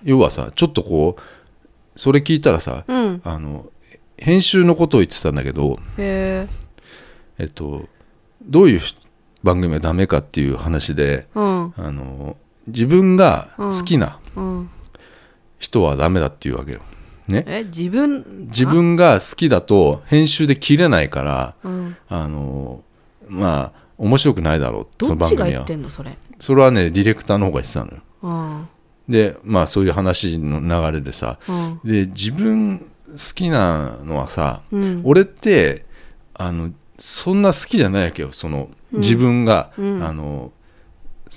Speaker 2: 要はさちょっとこうそれ聞いたらさ、
Speaker 1: うん
Speaker 2: あの編集のことを言ってたんだけど、
Speaker 1: へえ
Speaker 2: えっと、どういう番組がダメかっていう話で
Speaker 1: うん
Speaker 2: あの自分が好きな
Speaker 1: うん
Speaker 2: 人はダメだっていうわけよ。ね、
Speaker 1: え自分
Speaker 2: 自分が好きだと編集で切れないから
Speaker 1: うん
Speaker 2: あのまあ面白くないだろう
Speaker 1: ど
Speaker 2: その
Speaker 1: っ
Speaker 2: 番
Speaker 1: ちが
Speaker 2: 組
Speaker 1: 言っ
Speaker 2: は
Speaker 1: てんのそれ
Speaker 2: それはねディレクターの方が言ってたのよ
Speaker 1: うん
Speaker 2: でまあそういう話の流れでさ
Speaker 1: うん
Speaker 2: で自分好きなのはさ、
Speaker 1: うん
Speaker 2: 俺ってあのそんな好きじゃないわけよその
Speaker 1: うん
Speaker 2: 自分が、
Speaker 1: うん
Speaker 2: あの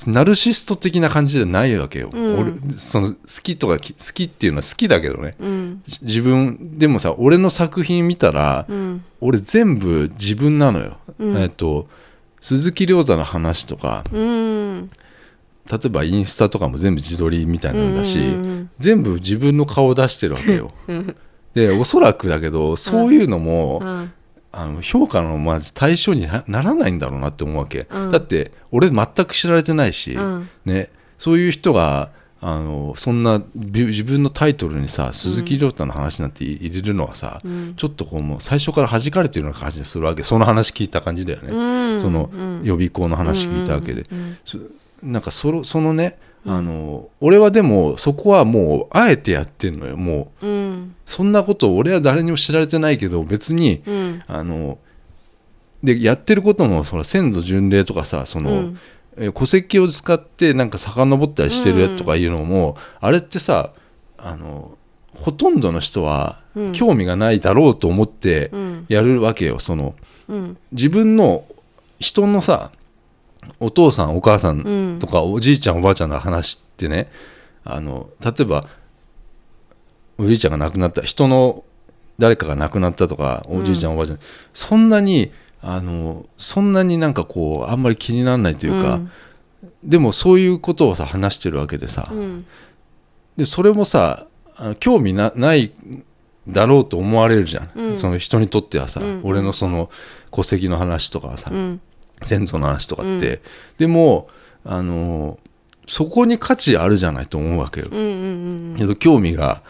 Speaker 2: ナルシスト的な感じじゃないわけよ、
Speaker 1: うん
Speaker 2: 俺その好きとかき好きっていうのは好きだけどね
Speaker 1: うん
Speaker 2: じ自分でもさ俺の作品見たら、
Speaker 1: うん
Speaker 2: 俺全部自分なのよ、
Speaker 1: うん
Speaker 2: えっと鈴木亮太の話とか
Speaker 1: うん
Speaker 2: 例えばインスタとかも全部自撮りみたいなんだし、
Speaker 1: うんうん
Speaker 2: 全部自分の顔を出してるわ けよでおそらくだけどそういうのも、
Speaker 1: うん
Speaker 2: あの評価のまず対象になならないんだろうなって思うわけ、
Speaker 1: うん
Speaker 2: だって俺全く知られてないし、
Speaker 1: うん
Speaker 2: ね、そういう人があのそんなび自分のタイトルにさ鈴木亮太の話なんて入れるのはさ、
Speaker 1: うん
Speaker 2: ちょっとこうもう最初から弾かれてるような感じがするわけその話聞いた感じだよね、
Speaker 1: うん
Speaker 2: その
Speaker 1: うん
Speaker 2: 予備校の話聞いたわけで、
Speaker 1: うん
Speaker 2: そなんかそのそのねあの俺はでもそこはもうあえてやってんのよもう
Speaker 1: うん
Speaker 2: そんなこと俺は誰にも知られてないけど別に
Speaker 1: うん
Speaker 2: あのでやってることもその先祖巡礼とかさその、
Speaker 1: うん
Speaker 2: えー戸籍を使ってなんか遡ったりしてるとかいうのも、あれってさあのほとんどの人は
Speaker 1: うん
Speaker 2: 興味がないだろうと思って
Speaker 1: うん
Speaker 2: やるわけよその
Speaker 1: うん
Speaker 2: 自分の人のさお父さんお母さ
Speaker 1: うんん
Speaker 2: とかおじいちゃんおばあちゃんの話ってねあの例えばおじいちゃんが亡くなった人の誰かが亡くなったとかおじいちゃん、おばあちゃんそんなにあのそんなになんかこうあんまり気にならないというか、でもそういうことをさ話してるわけでさ、
Speaker 1: うん
Speaker 2: でそれもさあの興味なないだろうと思われるじゃん、
Speaker 1: うん
Speaker 2: その人にとってはさ、
Speaker 1: うん
Speaker 2: 俺のその戸籍の話とかさ、
Speaker 1: うん
Speaker 2: 先祖の話とかって、でもあのそこに価値あるじゃないと思うわけよ、
Speaker 1: うんうん
Speaker 2: けど興味が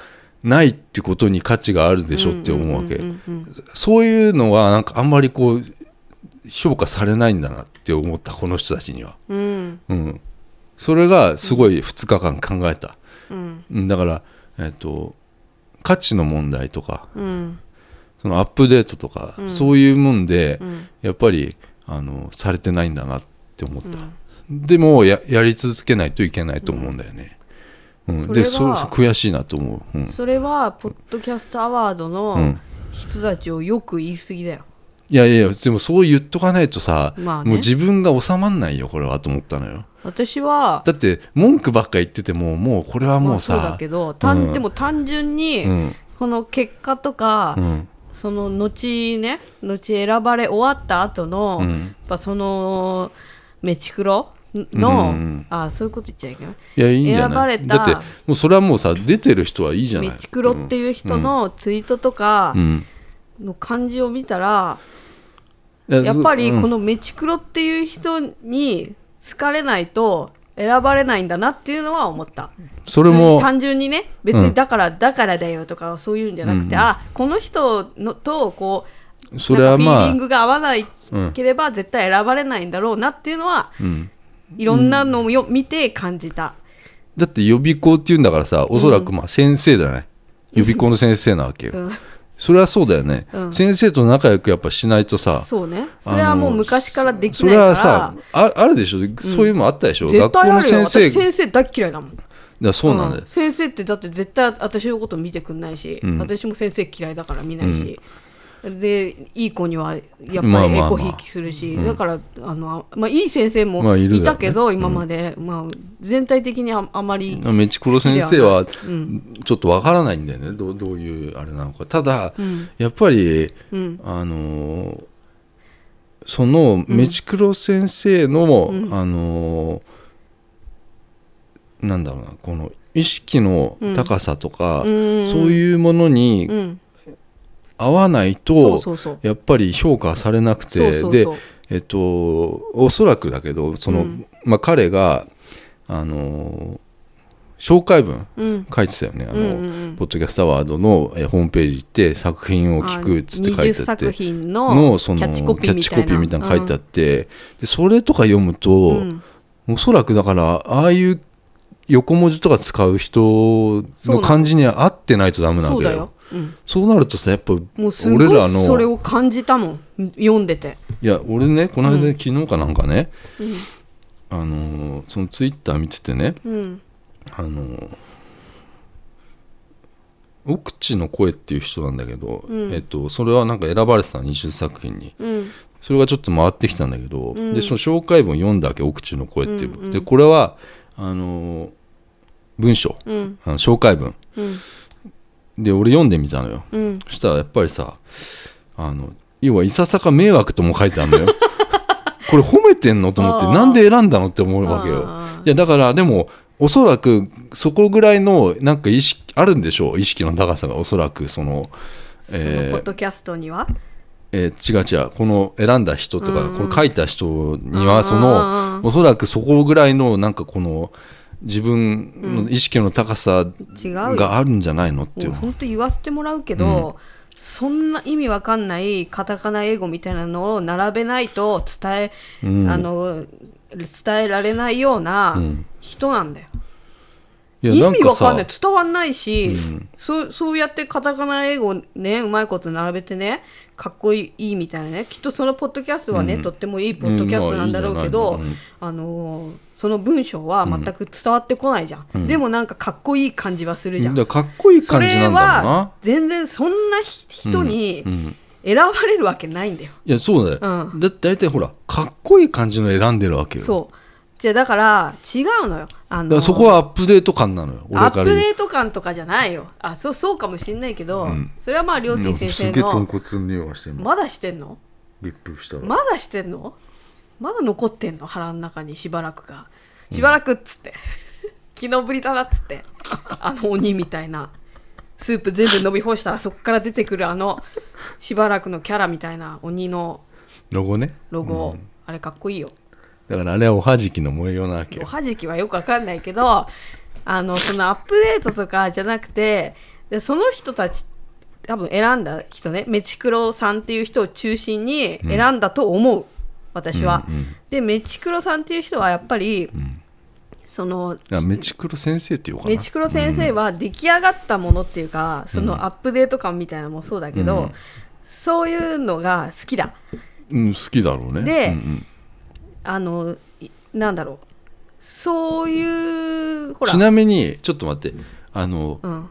Speaker 2: ないってことに価値があるでしょって思うわけ、
Speaker 1: うんうん
Speaker 2: そういうのはなんかあんまりこう評価されないんだなって思ったこの人たちには、
Speaker 1: うんうん
Speaker 2: うん、それがすごい2日間考えた、
Speaker 1: うん
Speaker 2: うん、だから、えっと価値の問題とか
Speaker 1: うん
Speaker 2: そのアップデートとか、
Speaker 1: うん
Speaker 2: そういうもんで
Speaker 1: う、ん
Speaker 2: やっぱりあのされてないんだなって思った、でもややり続けないといけないと思うんだよね、うん
Speaker 1: それ
Speaker 2: で
Speaker 1: は
Speaker 2: そそ悔しいなと思う、うん
Speaker 1: それはポッドキャストアワード
Speaker 2: う
Speaker 1: の
Speaker 2: ん
Speaker 1: 人たちをよく言い過ぎだよ
Speaker 2: いやいやでもそう言っとかないとさ、
Speaker 1: まあね
Speaker 2: もう自分が収まんないよこれはと思ったのよ
Speaker 1: 私は
Speaker 2: だって文句ばっか言っててももうこれはもうさ、
Speaker 1: まあそうだけど単
Speaker 2: うん
Speaker 1: でも単純に
Speaker 2: うん
Speaker 1: この結果とか
Speaker 2: うん
Speaker 1: その後ね後選ばれ終わった後の、
Speaker 2: うん
Speaker 1: やっぱそのメチクロの、
Speaker 2: うんうん
Speaker 1: あそういうこと言っちゃいけない
Speaker 2: いやいいんじゃ
Speaker 1: 選ば
Speaker 2: ない
Speaker 1: れた
Speaker 2: だってもうそれはもうさ出てる人はいいじゃない
Speaker 1: メチクロっていう人のツイートとか
Speaker 2: うん
Speaker 1: の感じを見たら、
Speaker 2: うん
Speaker 1: やっぱり
Speaker 2: うん
Speaker 1: このメチクロっていう人に好かれないと選ばれないんだなっていうのは思った。
Speaker 2: それも
Speaker 1: 単純にね別
Speaker 2: う
Speaker 1: に
Speaker 2: ん
Speaker 1: だから、だからだよとかそういうんじゃなくて、
Speaker 2: うんうん
Speaker 1: あこの人のとこう
Speaker 2: それ
Speaker 1: な
Speaker 2: は
Speaker 1: んかフィー
Speaker 2: ま
Speaker 1: リ
Speaker 2: あ
Speaker 1: ングが合わない
Speaker 2: うん
Speaker 1: ければ絶対選ばれないんだろうなっていうのは
Speaker 2: うん
Speaker 1: いろんなのをよ、見て感じた
Speaker 2: だって予備校っていうんだからさおそらくまあ先生じゃない、予備校の先生なわけよ、
Speaker 1: うん
Speaker 2: それはそうだよね、
Speaker 1: うん
Speaker 2: 先生と仲良くやっぱしないとさ
Speaker 1: そうねそれはもう昔からでき
Speaker 2: そ
Speaker 1: ない
Speaker 2: れ
Speaker 1: か
Speaker 2: は
Speaker 1: ら
Speaker 2: さああるでしょそういうのあったでしょ、
Speaker 1: 絶
Speaker 2: 学
Speaker 1: 対
Speaker 2: 校
Speaker 1: あ
Speaker 2: の
Speaker 1: るよ
Speaker 2: 先生
Speaker 1: 私先生大っ嫌いだもん
Speaker 2: だそうなんだよ、
Speaker 1: うん先生ってだって絶対私のこと見てくんないし、
Speaker 2: うん
Speaker 1: 私も先生嫌いだから見ないし、でいい子にはやっぱ
Speaker 2: まあまあ
Speaker 1: りエ
Speaker 2: まあ
Speaker 1: コひいきするし、
Speaker 2: うん
Speaker 1: だからあの、まあ、いい先生も
Speaker 2: まあいる
Speaker 1: い
Speaker 2: だろうね
Speaker 1: たけど、今まで、まあ、全体的にああまり、
Speaker 2: メチクロ先生は
Speaker 1: ん
Speaker 2: ちょっとわからないんだよね、どうどういうあれなのかただ、
Speaker 1: うん
Speaker 2: やっぱり、
Speaker 1: うん
Speaker 2: あのーそのメチクロ先生の、あのーなんだろうなこの意識の高さとか、
Speaker 1: うん
Speaker 2: そういうものに
Speaker 1: うん、
Speaker 2: 合わない
Speaker 1: そう
Speaker 2: と、
Speaker 1: そうそう
Speaker 2: やっぱり評価されなくて
Speaker 1: そうそう
Speaker 2: で
Speaker 1: そう、
Speaker 2: えっと、おそらくだけどそ
Speaker 1: う
Speaker 2: の、
Speaker 1: ん
Speaker 2: まあ、彼が、あのー紹介文
Speaker 1: うん、
Speaker 2: 書いてたよねあの、
Speaker 1: うんうんうん
Speaker 2: ポッドキャストアワードのえホームページ行って作品を聞くっつって書いて
Speaker 1: あ
Speaker 2: あっ
Speaker 1: 20作
Speaker 2: て
Speaker 1: 品の
Speaker 2: のその
Speaker 1: キャッチコピーみたいな
Speaker 2: キャッチコピーみたいなの書いてあって、でそれとか読むと、
Speaker 1: うん
Speaker 2: おそらくだからああいう横文字とか使う人の感じに合ってないとダメな
Speaker 1: そう
Speaker 2: わけだ
Speaker 1: だ
Speaker 2: よ
Speaker 1: よ、うん、
Speaker 2: そうなるとさやっぱ
Speaker 1: もうすごい
Speaker 2: 俺らの
Speaker 1: それを感じたもん読んでて、
Speaker 2: いや俺ねこの間、
Speaker 1: うん
Speaker 2: 昨日かなんかね、
Speaker 1: うん
Speaker 2: あのーそのツイッター見ててね
Speaker 1: うん
Speaker 2: あのー奥地の声っていう人なんだけど、
Speaker 1: うん
Speaker 2: えっと、それはなんか選ばれてた20作品に
Speaker 1: うん
Speaker 2: それがちょっと回ってきたんだけど、
Speaker 1: うん
Speaker 2: でその紹介文読んだわけ奥地の声っていう、
Speaker 1: うんうん
Speaker 2: でこれはあのー文章
Speaker 1: うん
Speaker 2: あの紹介文
Speaker 1: うん
Speaker 2: で俺読んでみたのよ
Speaker 1: うん
Speaker 2: そしたらやっぱりさあの要はいささか迷惑とも書いてあるの よこれ褒めてんのと思って
Speaker 1: あー
Speaker 2: なんで選んだのって思うわけよ
Speaker 1: あー
Speaker 2: いやだからでもおそらくそこぐらいのなんか意識あるんでしょう意識の高さがおそらくその
Speaker 1: そ
Speaker 2: え
Speaker 1: の
Speaker 2: ー
Speaker 1: ポッドキャストには、
Speaker 2: えー違う違うこの選んだ人とか、
Speaker 1: うん
Speaker 2: これ書いた人にはそ
Speaker 1: あ
Speaker 2: の
Speaker 1: ー
Speaker 2: おそらくそこぐらいのなんかこの自分の意識の高さ
Speaker 1: 違うよ
Speaker 2: があるんじゃないのってい
Speaker 1: もう
Speaker 2: う
Speaker 1: 本当言わせてもらうけど、そんな意味わかんないカタカナ英語みたいなのを並べないと伝え、
Speaker 2: うん
Speaker 1: あの伝えられないような
Speaker 2: うん
Speaker 1: 人なんだよ。
Speaker 2: いや
Speaker 1: 意
Speaker 2: なん
Speaker 1: 味わ
Speaker 2: か
Speaker 1: かん
Speaker 2: さ
Speaker 1: ない伝わんないし、
Speaker 2: うん
Speaker 1: そうそうやってカタカナ英語をねうまいこと並べてねかっこいいみたいなねきっとそのポッドキャストはね、
Speaker 2: うん
Speaker 1: とってもいいポッドキャストなんだろうけど、
Speaker 2: うんまあいいんじ
Speaker 1: あのーその文章は全く伝わってこないじゃん、でもなんかかっこいい感じはするじゃん、
Speaker 2: だからかっこいい
Speaker 1: そ
Speaker 2: 感じ
Speaker 1: れ
Speaker 2: なんだろう
Speaker 1: は
Speaker 2: な
Speaker 1: 全然そんなひ人
Speaker 2: うんう
Speaker 1: に
Speaker 2: ん
Speaker 1: 選ばれるわけないんだよ、
Speaker 2: いやそうだよ、
Speaker 1: う
Speaker 2: だ大体ほらかっこいい感じの選んでるわけよ
Speaker 1: そうじゃあだから違うのよあ
Speaker 2: だ
Speaker 1: のー
Speaker 2: からそこはアップデート感なのよ
Speaker 1: ア
Speaker 2: 俺
Speaker 1: ッ
Speaker 2: か
Speaker 1: プ
Speaker 2: ら
Speaker 1: デート感とかじゃないよあそうそうかもしんないけど、
Speaker 2: ん
Speaker 1: それはまありょうてぃ先生
Speaker 2: すげえ豚
Speaker 1: の
Speaker 2: 骨の匂いがしてる
Speaker 1: まだしてんの
Speaker 2: リップしたら、
Speaker 1: まだしてんのまだ残ってんの腹の中にしばらくがしばらくっつって、 昨日ぶりだなっつってあの鬼みたいなスープ全部飲み干したらそこから出てくるあのしばらくのキャラみたいな鬼の
Speaker 2: ロゴね
Speaker 1: ロゴ、あれかっこいいよ
Speaker 2: だからあれはおはじきの模様なわけ
Speaker 1: お
Speaker 2: よ
Speaker 1: はじきはよくわかんないけどあのそのアップデートとかじゃなくてでその人たち多分選んだ人ねメチクロさんっていう人を中心に選んだと思う、私は、
Speaker 2: うんうん
Speaker 1: でメチクロさんっていう人はやっぱり、その
Speaker 2: だからメチクロ先生っていうかな
Speaker 1: メチクロ先生は出来上がったものっていうか、そのアップデート感みたいなのもそうだけど、
Speaker 2: うん
Speaker 1: そういうのが好きだ
Speaker 2: うん、好きだろうね
Speaker 1: で
Speaker 2: うん
Speaker 1: あのいなんだろうそういう
Speaker 2: う
Speaker 1: ほ
Speaker 2: ん、
Speaker 1: ら
Speaker 2: ちなみにちょっと待ってあの
Speaker 1: うん、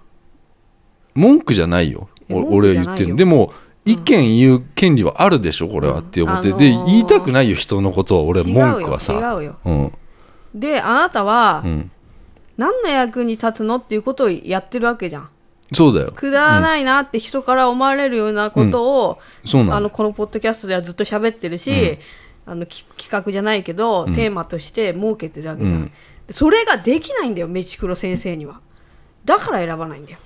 Speaker 2: 文句じゃないよ
Speaker 1: え
Speaker 2: お
Speaker 1: 文
Speaker 2: 俺
Speaker 1: 句じゃ
Speaker 2: 言
Speaker 1: ないよ
Speaker 2: ってるでも意見言う権利はあるでしょこれはって思って、
Speaker 1: うんあ
Speaker 2: で
Speaker 1: のー
Speaker 2: 言いたくないよ人のことは俺は
Speaker 1: 違うよ
Speaker 2: 文句はさ
Speaker 1: 違うよ
Speaker 2: うん
Speaker 1: であなたは
Speaker 2: うん
Speaker 1: 何の役に立つのっていうことをやってるわけじゃん
Speaker 2: そうだよ
Speaker 1: くだらないなって人から思われるようなことを、
Speaker 2: そうな
Speaker 1: あ
Speaker 2: の
Speaker 1: のこのポッドキャストではずっと喋ってるし、あのき企画じゃないけど、テーマとして設けてるわけじゃん、
Speaker 2: うん
Speaker 1: それができないんだよメチクロ先生にはだから選ばないんだよ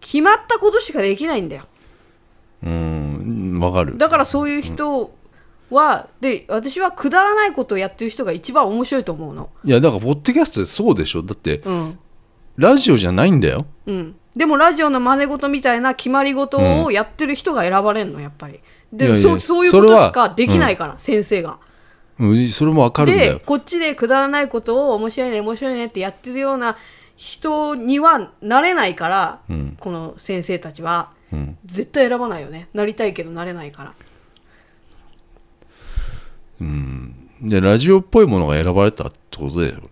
Speaker 1: 決まったことしかできないんだよ
Speaker 2: うんわかる
Speaker 1: だからそういう人は、で私はくだらないことをやってる人が一番面白いと思うの
Speaker 2: いやだからポッドキャストでそうでしょだって
Speaker 1: うん
Speaker 2: ラジオじゃないんだよ
Speaker 1: うん、でもラジオの真似事みたいな決まり事をやってる人が選ばれるのやっぱり
Speaker 2: いや
Speaker 1: で
Speaker 2: いや
Speaker 1: そうそういう
Speaker 2: そ
Speaker 1: こ
Speaker 2: れ
Speaker 1: と
Speaker 2: は
Speaker 1: しかできないから、先生が
Speaker 2: うん、それもわかるんだ
Speaker 1: で
Speaker 2: よ
Speaker 1: こっちでくだらないことを面白いね面白いねってやってるような人にはなれないから、
Speaker 2: うん
Speaker 1: この先生たちは
Speaker 2: うん
Speaker 1: 絶対選ばないよねなりたいけどなれないから
Speaker 2: うんでラジオっぽいものが選ばれたってことだよね、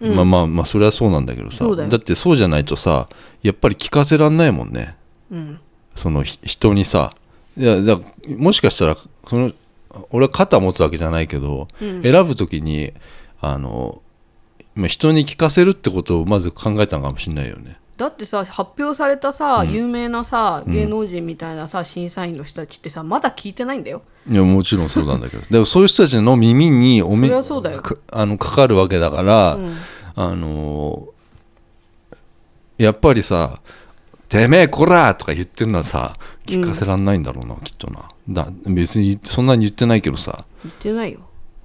Speaker 1: うん
Speaker 2: まあまあまあそれはそうなんだけどさ
Speaker 1: そうだよ
Speaker 2: ってそうじゃないとさやっぱり聞かせらんないもんね
Speaker 1: うん
Speaker 2: そのひ人にさいやだもしかしたらその俺は肩持つわけじゃないけど、
Speaker 1: うん
Speaker 2: 選ぶときにあのまあ人に聞かせるってことをまず考えたのかもしれないよね
Speaker 1: だってさ発表されたさ、
Speaker 2: うん
Speaker 1: 有名なさ
Speaker 2: うん
Speaker 1: 芸能人みたいなさ審査員の人たちってさまだ聞いてないんだよ
Speaker 2: いやもちろんそうなんだけどでもそういう人たちの耳におめ
Speaker 1: そりゃそうだよ
Speaker 2: かあのかかるわけだから、
Speaker 1: うん
Speaker 2: あのーやっぱりさ「てめえこら!」とか言ってるのはさ聞かせらんないんだろうな、きっとなだ別にそんなに言ってないけどさ
Speaker 1: 言ってないよ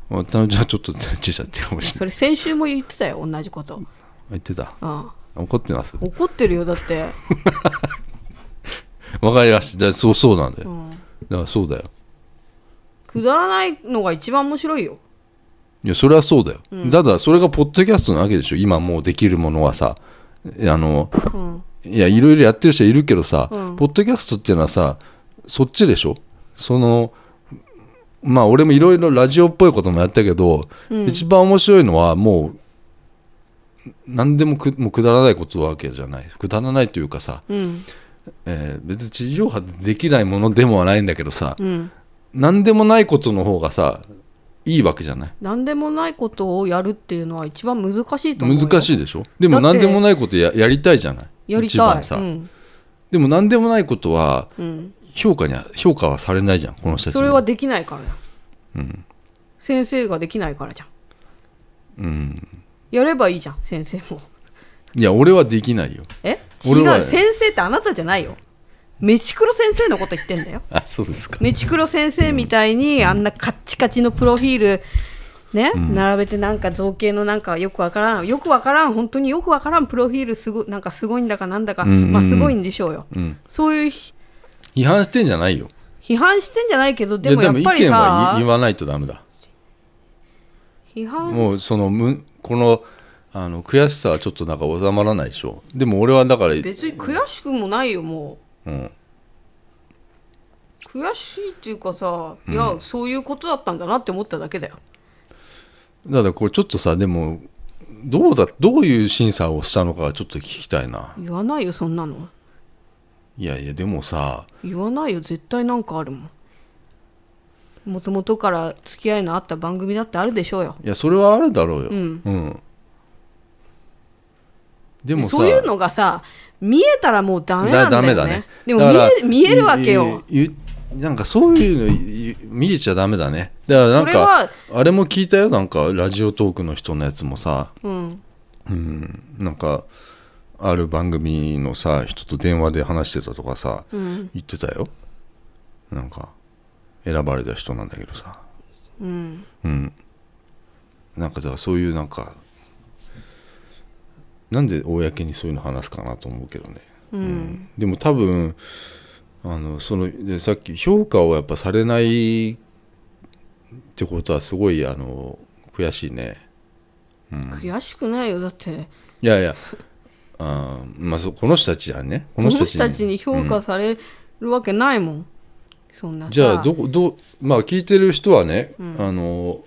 Speaker 2: まあたじゃあちょっとちっちゃってかもしれ
Speaker 1: そ
Speaker 2: ない
Speaker 1: れ先週も言ってたよ同じこと、
Speaker 2: 言ってた
Speaker 1: うん、
Speaker 2: 怒ってます
Speaker 1: 怒ってるよだって、
Speaker 2: わかりましたじゃあそうそうなんだ
Speaker 1: う
Speaker 2: よ
Speaker 1: ん、
Speaker 2: だからそうだよ
Speaker 1: くだらないのが一番面白いよ
Speaker 2: いやそれはそうだよ、
Speaker 1: うん
Speaker 2: ただそれがポッドキャストなわけでしょ今もうできるものはさあの
Speaker 1: うん
Speaker 2: いやいろいろやってる人いるけどさ、
Speaker 1: うん
Speaker 2: ポッドキャストっていうのはさそっちでしょそのまあ俺もいろいろラジオっぽいこともやったけど、
Speaker 1: うん
Speaker 2: 一番面白いのはもう何でもくもうくだらないことわけじゃないくだらないというかさ、
Speaker 1: うん
Speaker 2: えー別に地上波でできないものでもないんだけどさ、
Speaker 1: うん
Speaker 2: 何でもないことの方がさいいわけじゃない
Speaker 1: 何でもないことをやるっていうのは一番難しいと思うよ
Speaker 2: 難しいでしょでも
Speaker 1: だっ
Speaker 2: 何
Speaker 1: て
Speaker 2: でもないことややりたいじゃない
Speaker 1: やり
Speaker 2: 一
Speaker 1: た
Speaker 2: 番
Speaker 1: い
Speaker 2: さ、
Speaker 1: うん
Speaker 2: でも何でもないことは
Speaker 1: うん、
Speaker 2: 評価には評価はされないじゃんこの人たちに
Speaker 1: それはできないからだ
Speaker 2: うん、
Speaker 1: 先生ができないからじゃん
Speaker 2: うん、
Speaker 1: やればいいじゃん先生も
Speaker 2: いや俺はできないよ
Speaker 1: え
Speaker 2: 俺
Speaker 1: 違
Speaker 2: は
Speaker 1: う先生ってあなたじゃないよメチクロ先生のこと言ってんだよ
Speaker 2: あそうですか
Speaker 1: メチクロ先生みたいにあんなカッチカチのプロフィールね、
Speaker 2: うん
Speaker 1: 並べてなんか造形のなんかよくわからんよくわからん本当によくわからんプロフィールすごなんかすごいんだかなんだか、
Speaker 2: うんうんうん
Speaker 1: まあすごいんでしょうよ
Speaker 2: うん
Speaker 1: そういうひ
Speaker 2: 批判してんじゃないよ
Speaker 1: 批判してんじゃないけど
Speaker 2: い
Speaker 1: でもやっ
Speaker 2: 意
Speaker 1: ぱり
Speaker 2: 見は
Speaker 1: さ
Speaker 2: 言言わないとダメだ
Speaker 1: 批判
Speaker 2: もうそのむこのあの悔しさはちょっとなんか収まらないでしょでも俺はだから、う、
Speaker 1: 別に悔しくもないよもうん悔しいっていうかさいや、そういうことだったんだなって思っただけだよ
Speaker 2: だからこれちょっとさでもどうだどういう審査をしたのかちょっと聞きたいな
Speaker 1: 言わないよそんなの
Speaker 2: いやいやでもさ
Speaker 1: 言わないよ絶対なんかあるもんもともとから付き合いのあった番組だってあるでしょうよ
Speaker 2: いやそれはあるだろうよ
Speaker 1: うん、
Speaker 2: でもさ
Speaker 1: そういうのがさ見えたらもうダメなんだよね
Speaker 2: だダメだね
Speaker 1: でも
Speaker 2: だから
Speaker 1: 見え見えるわけよ
Speaker 2: いいなんかそういうのい見えちゃダメだねだからなん
Speaker 1: それ
Speaker 2: か
Speaker 1: は
Speaker 2: あれも聞いたよなんかラジオトークの人のやつもさ
Speaker 1: うん
Speaker 2: うんなんかある番組のさ人と電話で話してたとかさ
Speaker 1: うん
Speaker 2: 言ってたよなんか選ばれた人なんだけどさ
Speaker 1: うん
Speaker 2: うんなんかだからそういうなんかなんで公にそういうの話すかなと思うけどね
Speaker 1: うん
Speaker 2: でも多分あのそのでさっき評価をやっぱされないってことはすごいあの悔しいね
Speaker 1: 悔しくないよだって
Speaker 2: いやいやあー、まあ、そうこの人たちはね
Speaker 1: こ
Speaker 2: こ
Speaker 1: の
Speaker 2: の
Speaker 1: 人
Speaker 2: 人
Speaker 1: た
Speaker 2: た
Speaker 1: ち
Speaker 2: ち
Speaker 1: に評価されるわけないもん、そんなさ
Speaker 2: じゃあどこどうまあ聞いてる人はね、あの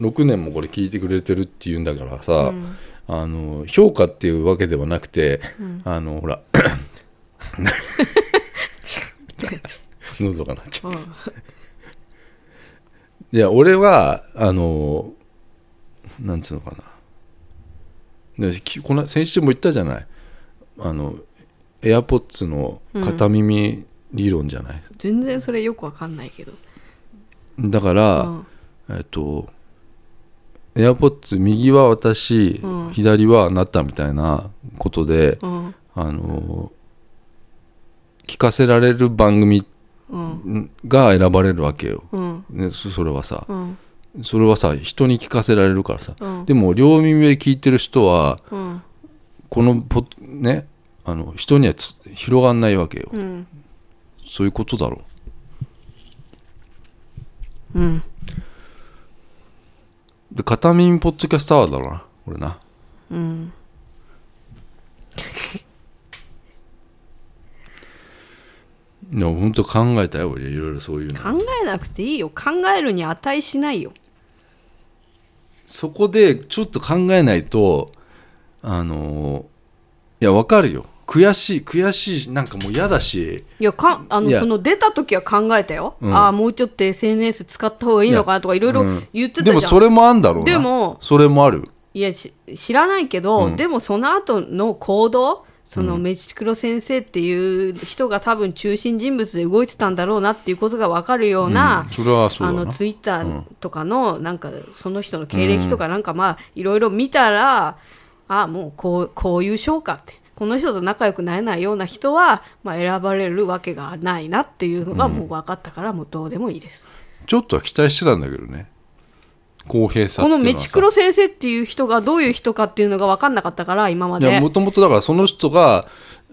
Speaker 2: 6年もこれ聞いてくれてるっていうんだからさ、
Speaker 1: うん
Speaker 2: あの評価っていうわけではなくて、
Speaker 1: うん
Speaker 2: あのほら 喉がなっちゃ う
Speaker 1: うん
Speaker 2: いや俺はあのなんつうのかなできこの先週も言ったじゃないあの AirPods の片耳理論じゃない、
Speaker 1: 全然それよくわかんないけど
Speaker 2: だから、えっと AirPods 右は私、
Speaker 1: うん
Speaker 2: 左はあなたみたいなことで、
Speaker 1: うんうん
Speaker 2: あの聞かせられる番組
Speaker 1: うん
Speaker 2: が選ばれるわけよ、
Speaker 1: うん
Speaker 2: ね、そそれはさ
Speaker 1: うん
Speaker 2: それはさ人に聞かせられるからさ
Speaker 1: うん
Speaker 2: でも両耳で聞いてる人は
Speaker 1: うん
Speaker 2: このポねあの人にはつ広がんないわけよ
Speaker 1: うん
Speaker 2: そういうことだろ
Speaker 1: うん
Speaker 2: で片耳ポッドキャストアワードだろうな俺な
Speaker 1: うん
Speaker 2: いや本当考えたよ俺いろいろそういうの
Speaker 1: 考えなくていいよ考えるに値しないよ
Speaker 2: そこでちょっと考えないとあのいやわかるよ悔しい悔しいなんかもう嫌だし
Speaker 1: いやかあの
Speaker 2: いや
Speaker 1: その出た時は考えたよ、
Speaker 2: うん
Speaker 1: ああもうちょっと SNS 使った方がいいのかなとかいろいろ
Speaker 2: うん
Speaker 1: 言ってたじゃん、
Speaker 2: でもそれもあんだろうな
Speaker 1: でも
Speaker 2: それもある
Speaker 1: いやし知らないけど、
Speaker 2: うん
Speaker 1: でもその後の行動そのメチクロ先生っていう人が多分中心人物で動いてたんだろうなっていうことが分かるような
Speaker 2: うん、それはそう
Speaker 1: あ
Speaker 2: だな
Speaker 1: のツイッタ
Speaker 2: うん
Speaker 1: ーとかのなんかその人の経歴とかなんかまあいろいろ見たら、ああもうこうこういう賞かってこの人と仲良くなれないような人はまあ選ばれるわけがないなっていうのがもう分かったからもうどうでもいいです。
Speaker 2: ちょっとは期待してたんだけどね公平さっ
Speaker 1: こ
Speaker 2: て
Speaker 1: の
Speaker 2: いうはさ
Speaker 1: メチクロ先生っていう人がどういう人かっていうのが分かんなかったから今ま
Speaker 2: いや
Speaker 1: で
Speaker 2: もともとだからその人が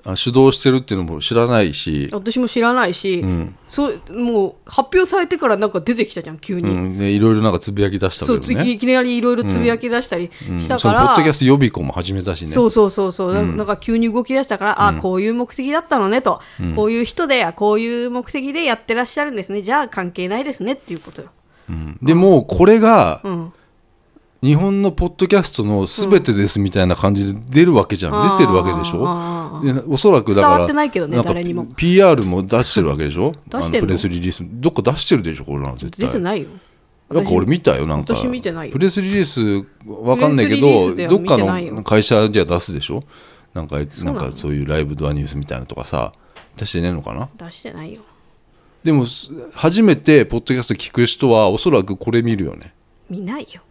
Speaker 2: あ主導してるっていうのも知らないし、
Speaker 1: 私も知らないし、
Speaker 2: うん
Speaker 1: そうもう発表されてからなんか出てきたじゃん急
Speaker 2: う
Speaker 1: に、
Speaker 2: ん、でいろいろなんかつぶやき出したけ
Speaker 1: そ
Speaker 2: ど
Speaker 1: う
Speaker 2: ね
Speaker 1: 次いきなりいろいろつぶやき出したり
Speaker 2: うん
Speaker 1: した
Speaker 2: そ
Speaker 1: か
Speaker 2: の
Speaker 1: ら、
Speaker 2: ポッドキャスト予備校も始めたしね
Speaker 1: そうそうそうそう、ななんか急に動き出したから、あこういう目的だったのねと、こういう人であこういう目的でやってらっしゃるんですねじゃあ関係ないですねっていうことよ、
Speaker 2: うんでもこれが
Speaker 1: うん、
Speaker 2: 日本のポッドキャストの全てですみたいな感じで出るわけじゃん、
Speaker 1: うん
Speaker 2: 出てるわけでしょ
Speaker 1: あー
Speaker 2: でおそらくだから
Speaker 1: 伝わってないけどね
Speaker 2: んか
Speaker 1: 誰にも
Speaker 2: PR も出してるわけでしょ
Speaker 1: 出してんの
Speaker 2: あのプレスリリースどっか出してるでしょこれは絶対
Speaker 1: 出てないよ
Speaker 2: なんか俺見たよなんか
Speaker 1: 私見てないよ
Speaker 2: プレスリリースわかんないけ
Speaker 1: プレスリリー
Speaker 2: ど
Speaker 1: スでは
Speaker 2: どっか
Speaker 1: 見てないよ
Speaker 2: の会社では出すでしょなんか
Speaker 1: そう
Speaker 2: な
Speaker 1: なんの
Speaker 2: かそういうライブドアニュースみたいなのとかさ出してねえのかな
Speaker 1: 出してないよ
Speaker 2: でもす初めてポッドキャスト聞く人はおそらくこれ見るよね
Speaker 1: 見ないよ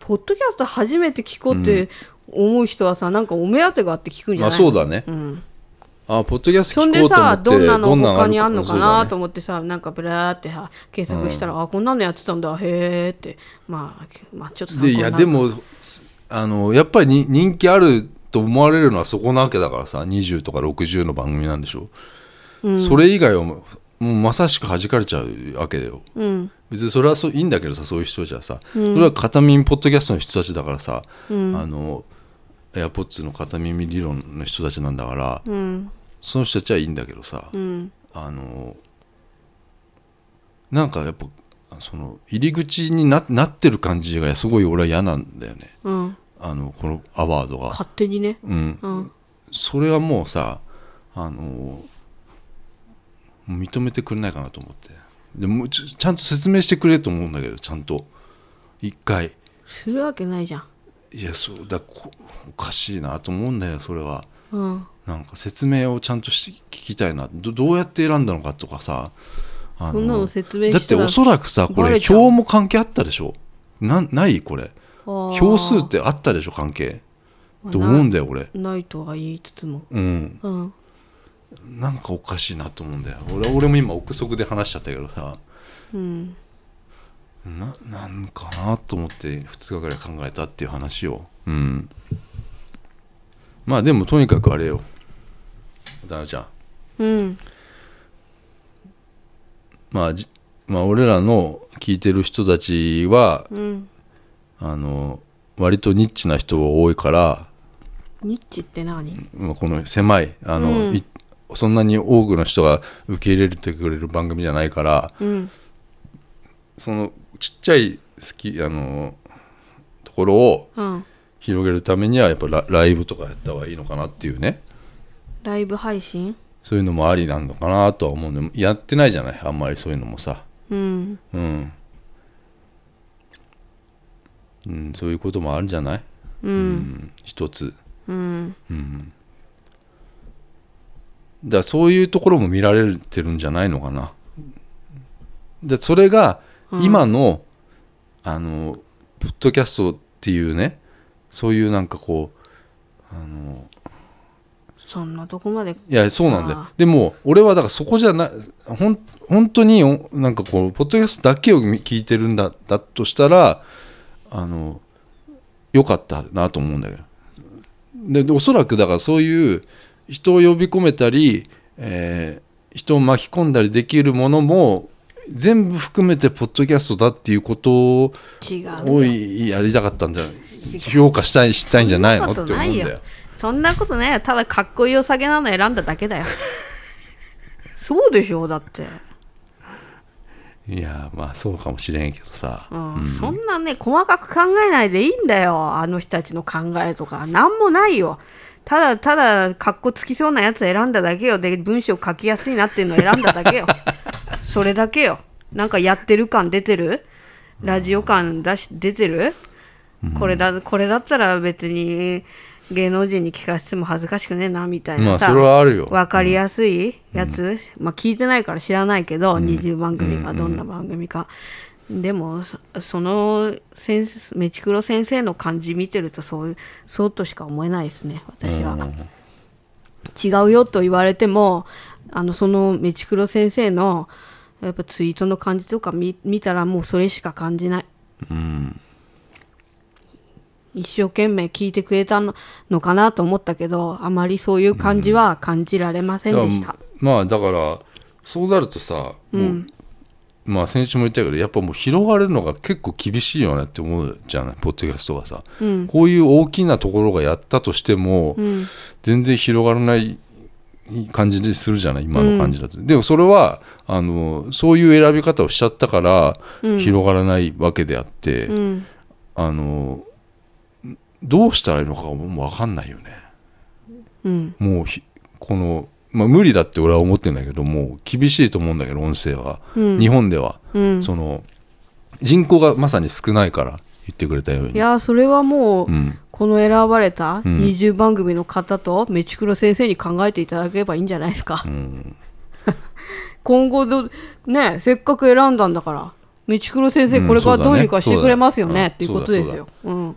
Speaker 1: ポッドキャスト初めて聞こうって思う人はさ、なんかお目当てがあって聞くんじゃ
Speaker 2: まあ
Speaker 1: ないの
Speaker 2: そうだね
Speaker 1: うん、
Speaker 2: あポッドキャスト
Speaker 1: そんで
Speaker 2: 聞こうと思っ
Speaker 1: さ
Speaker 2: て
Speaker 1: どんなの
Speaker 2: が
Speaker 1: 他にあんのかなと
Speaker 2: そう
Speaker 1: 思ってさなんかブラーってさ検索したら、あこんなのやってたんだへーってまあまあちょっと
Speaker 2: だ
Speaker 1: 参考に
Speaker 2: ねで
Speaker 1: な
Speaker 2: いや
Speaker 1: るか
Speaker 2: でもすあのやっぱりに人気あると思われるのはそこなわけだからさ20とか60の番組なんでしょ、それ以外はもうもうまさしく弾かれちゃうわけだよ
Speaker 1: うん
Speaker 2: 別にそれはそういいんだけどさそういう人たちはさ、それは片耳ポッドキャストの人たちだからさ、あのエアポッツの片耳理論の人たちなんだから、
Speaker 1: うん
Speaker 2: その人たちはいいんだけどさ、
Speaker 1: うん
Speaker 2: あのなんかやっぱその入り口にななってる感じがすごい俺は嫌なんだよね
Speaker 1: うん
Speaker 2: あのこのアワードが、
Speaker 1: 勝手にね
Speaker 2: うん、
Speaker 1: うん
Speaker 2: それはもうさあの認めてくれないかなと思ってでもうちょちゃんと説明してくれと思うんだけどちゃんと一回
Speaker 1: するわけないじゃん
Speaker 2: いやそうだこおかしいなと思うんだよそれは
Speaker 1: うん
Speaker 2: なんか説明をちゃんとし聞きたいなどどうやって選んだのかとかさあの
Speaker 1: そんなの説明
Speaker 2: だっ
Speaker 1: してたら
Speaker 2: おそらくさこ
Speaker 1: バ
Speaker 2: れ
Speaker 1: レちゃう
Speaker 2: 表も関係あったでしょなないこれ
Speaker 1: 票
Speaker 2: 票数ってあったでしょ関係と思うんだよ俺
Speaker 1: ないとは言いつつも
Speaker 2: うん
Speaker 1: うん
Speaker 2: なんかおかしいなと思うんだよ俺俺も今憶測で話しちゃったけどさ
Speaker 1: うん
Speaker 2: ななんかなと思って2日ぐらい考えたっていう話をうんまあでもとにかくあれよ渡辺ちゃん
Speaker 1: うん
Speaker 2: まあじまあ俺らの聞いてる人たちは
Speaker 1: うん
Speaker 2: あの割とニッチな人が多いから
Speaker 1: ニッチって何
Speaker 2: まあこの狭いあの、
Speaker 1: うん
Speaker 2: いそんなに多くの人が受け入れてくれる番組じゃないから
Speaker 1: うん
Speaker 2: そのちっちゃい好きあのところを
Speaker 1: うん
Speaker 2: 広げるためにはやっぱラライブとかやった方がいいのかなっていうね
Speaker 1: ライブ配信
Speaker 2: そういうのもありなんのかなとは思うんでやってないじゃないあんまりそういうのもさ
Speaker 1: うん
Speaker 2: うん、うん、そういうこともあるんじゃない、
Speaker 1: う
Speaker 2: うんん、一つ
Speaker 1: うん
Speaker 2: うんだからそういうところも見られてるんじゃないのかな。でそれが
Speaker 1: うん
Speaker 2: 今の、あのポッドキャストっていうねそういうなんかこうあの
Speaker 1: そんなとこまで
Speaker 2: いやそうなんだよ
Speaker 1: あ
Speaker 2: でも俺はだからそこじゃないほん本当におなんかこうポッドキャストだけを見聞いてるんだだとしたらあのよかったなと思うんだけどででおそらくだからそういう人を呼び込めたり、えー人を巻き込んだりできるものも全部含めてポッドキャストだっていうことを
Speaker 1: 違う
Speaker 2: おいやりたかったんじゃ
Speaker 1: 違う
Speaker 2: 評価したいしたいんじゃないのって思うんだ
Speaker 1: そんなことない
Speaker 2: よ
Speaker 1: よそんなことないよただかっこいいお酒なの選んだだけ だよそうでしょだって、
Speaker 2: いやまあそうかもしれんけどさ、
Speaker 1: うん
Speaker 2: うん
Speaker 1: そんなね細かく考えないでいいんだよあの人たちの考えとかなんもないよただただかっこつきそうなやつ選んだだけよで文章書きやすいなっていうのを選んだだけよそれだけよなんかやってる感出てるラジオ感出し出てる、これだこれだったら別に芸能人に聞かせても恥ずかしくねえなみたい
Speaker 2: ま
Speaker 1: な
Speaker 2: あ
Speaker 1: さ、
Speaker 2: それはあるよ
Speaker 1: 分かりやすいやつ、まあ聞いてないから知らないけど、20番組がどんな番組か、でもそその先生メチクロ先生の感じ見てるとそういうそうとしか思えないですね私は、違うよと言われてもあのそのメチクロ先生のやっぱツイートの感じとか見見たらもうそれしか感じない
Speaker 2: うん
Speaker 1: 一生懸命聞いてくれたののかなと思ったけどあまりそういう感じは感じられませんでし
Speaker 2: だ
Speaker 1: た
Speaker 2: か、らまあだからそうなるとさもう、まあ先週も言ったけどやっぱもう広がるのが結構厳しいよねって思うじゃないポッドキャストがさ、
Speaker 1: うん
Speaker 2: こういう大きなところがやったとしても、
Speaker 1: うん
Speaker 2: 全然広がらない感じでするじゃない今の感じだと、でもそれはあのそういう選び方をしちゃったから、
Speaker 1: うん
Speaker 2: 広がらないわけであって、
Speaker 1: うん
Speaker 2: あのどうしたらいいのかももう分かんないよね
Speaker 1: うん
Speaker 2: もうひこの、まあ、無理だって俺は思ってんだけどもう厳しいと思うんだけど音声は、
Speaker 1: うん
Speaker 2: 日本では、
Speaker 1: うん
Speaker 2: その人口がまさに少ないから言ってくれたように
Speaker 1: いやーそれはもう、
Speaker 2: うん、
Speaker 1: この選ばれた
Speaker 2: ん
Speaker 1: 20番組の方とメチクロ先生に考えていただければいいんじゃないですか、
Speaker 2: うん、
Speaker 1: 今後どねせっかく選んだんだからメチクロ先生
Speaker 2: うん
Speaker 1: これから
Speaker 2: そうだ
Speaker 1: ど
Speaker 2: ね
Speaker 1: うにかしてくれますよね,、
Speaker 2: そうだね
Speaker 1: っていうことですよ、うん、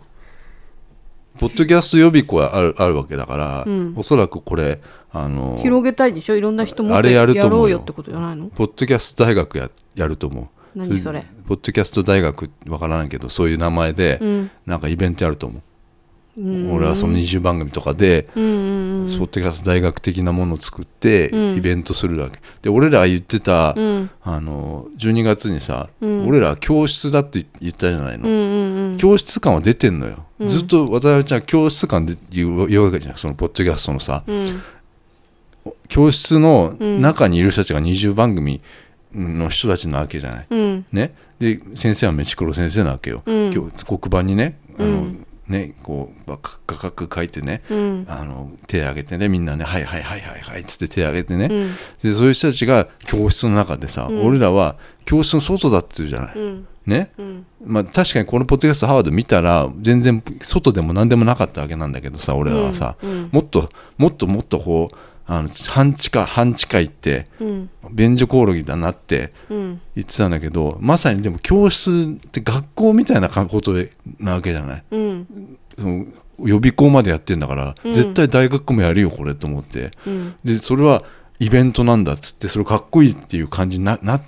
Speaker 2: ポッドキャスト予備校はあるあるわけだから、
Speaker 1: うん
Speaker 2: おそらくこれあの
Speaker 1: 広げたいでしょいろんな人も
Speaker 2: あ
Speaker 1: っ
Speaker 2: れ
Speaker 1: て
Speaker 2: や
Speaker 1: や
Speaker 2: ると思うよ
Speaker 1: ろうよってことじゃないの
Speaker 2: ポッドキャスト大学ややると思う
Speaker 1: 何それ
Speaker 2: ポッドキャスト大学わからないけどそういう名前で、
Speaker 1: うん
Speaker 2: なんかイベントやると思
Speaker 1: う
Speaker 2: う、
Speaker 1: ん
Speaker 2: 俺はその20番組とかで、
Speaker 1: うんうん
Speaker 2: ポッドキャスト大学的なものを作って、
Speaker 1: うん
Speaker 2: イベントするわけで俺ら言ってた、
Speaker 1: うんうん
Speaker 2: あの12月にさ、
Speaker 1: うん
Speaker 2: 俺ら教室だって言ったじゃないの、
Speaker 1: うんうん
Speaker 2: 教室感は出てんのよ、
Speaker 1: うん
Speaker 2: ずっと渡辺ちゃん教室感で言う言うわけじゃんそのポッドキャストのさ、
Speaker 1: うん
Speaker 2: 教室の中にいる人たちが20番組の人たちなわけじゃない、
Speaker 1: うん
Speaker 2: ね、で先生はメチクロ先生なわけよ、
Speaker 1: うん
Speaker 2: 今日黒板にねあの、
Speaker 1: うん
Speaker 2: ねこうカクカク書いてね、
Speaker 1: うん
Speaker 2: あの手挙げてねみんなね「はいはいはいはいはい」っつって手挙げてね、
Speaker 1: うん
Speaker 2: でそういう人たちが教室の中でさ、
Speaker 1: うん
Speaker 2: 俺らは教室の外だって言うじゃない、
Speaker 1: うん
Speaker 2: ね
Speaker 1: うん
Speaker 2: まあ、確かにこのポッドキャストハワード見たら全然外でも何でもなかったわけなんだけどさ俺らはさ、
Speaker 1: うんうん
Speaker 2: もっともっともっとこうあの半地下半地下行って
Speaker 1: うん
Speaker 2: 便所コオロギだなって
Speaker 1: うん
Speaker 2: 言ってたんだけどまさにでも教室って学校みたいなことなわけじゃない
Speaker 1: うん
Speaker 2: その予備校までやってんだから、
Speaker 1: うん
Speaker 2: 絶対大学もやるよこれと思って
Speaker 1: うん
Speaker 2: でそれはイベントなんだっつってそれかっこいいっていう感じになな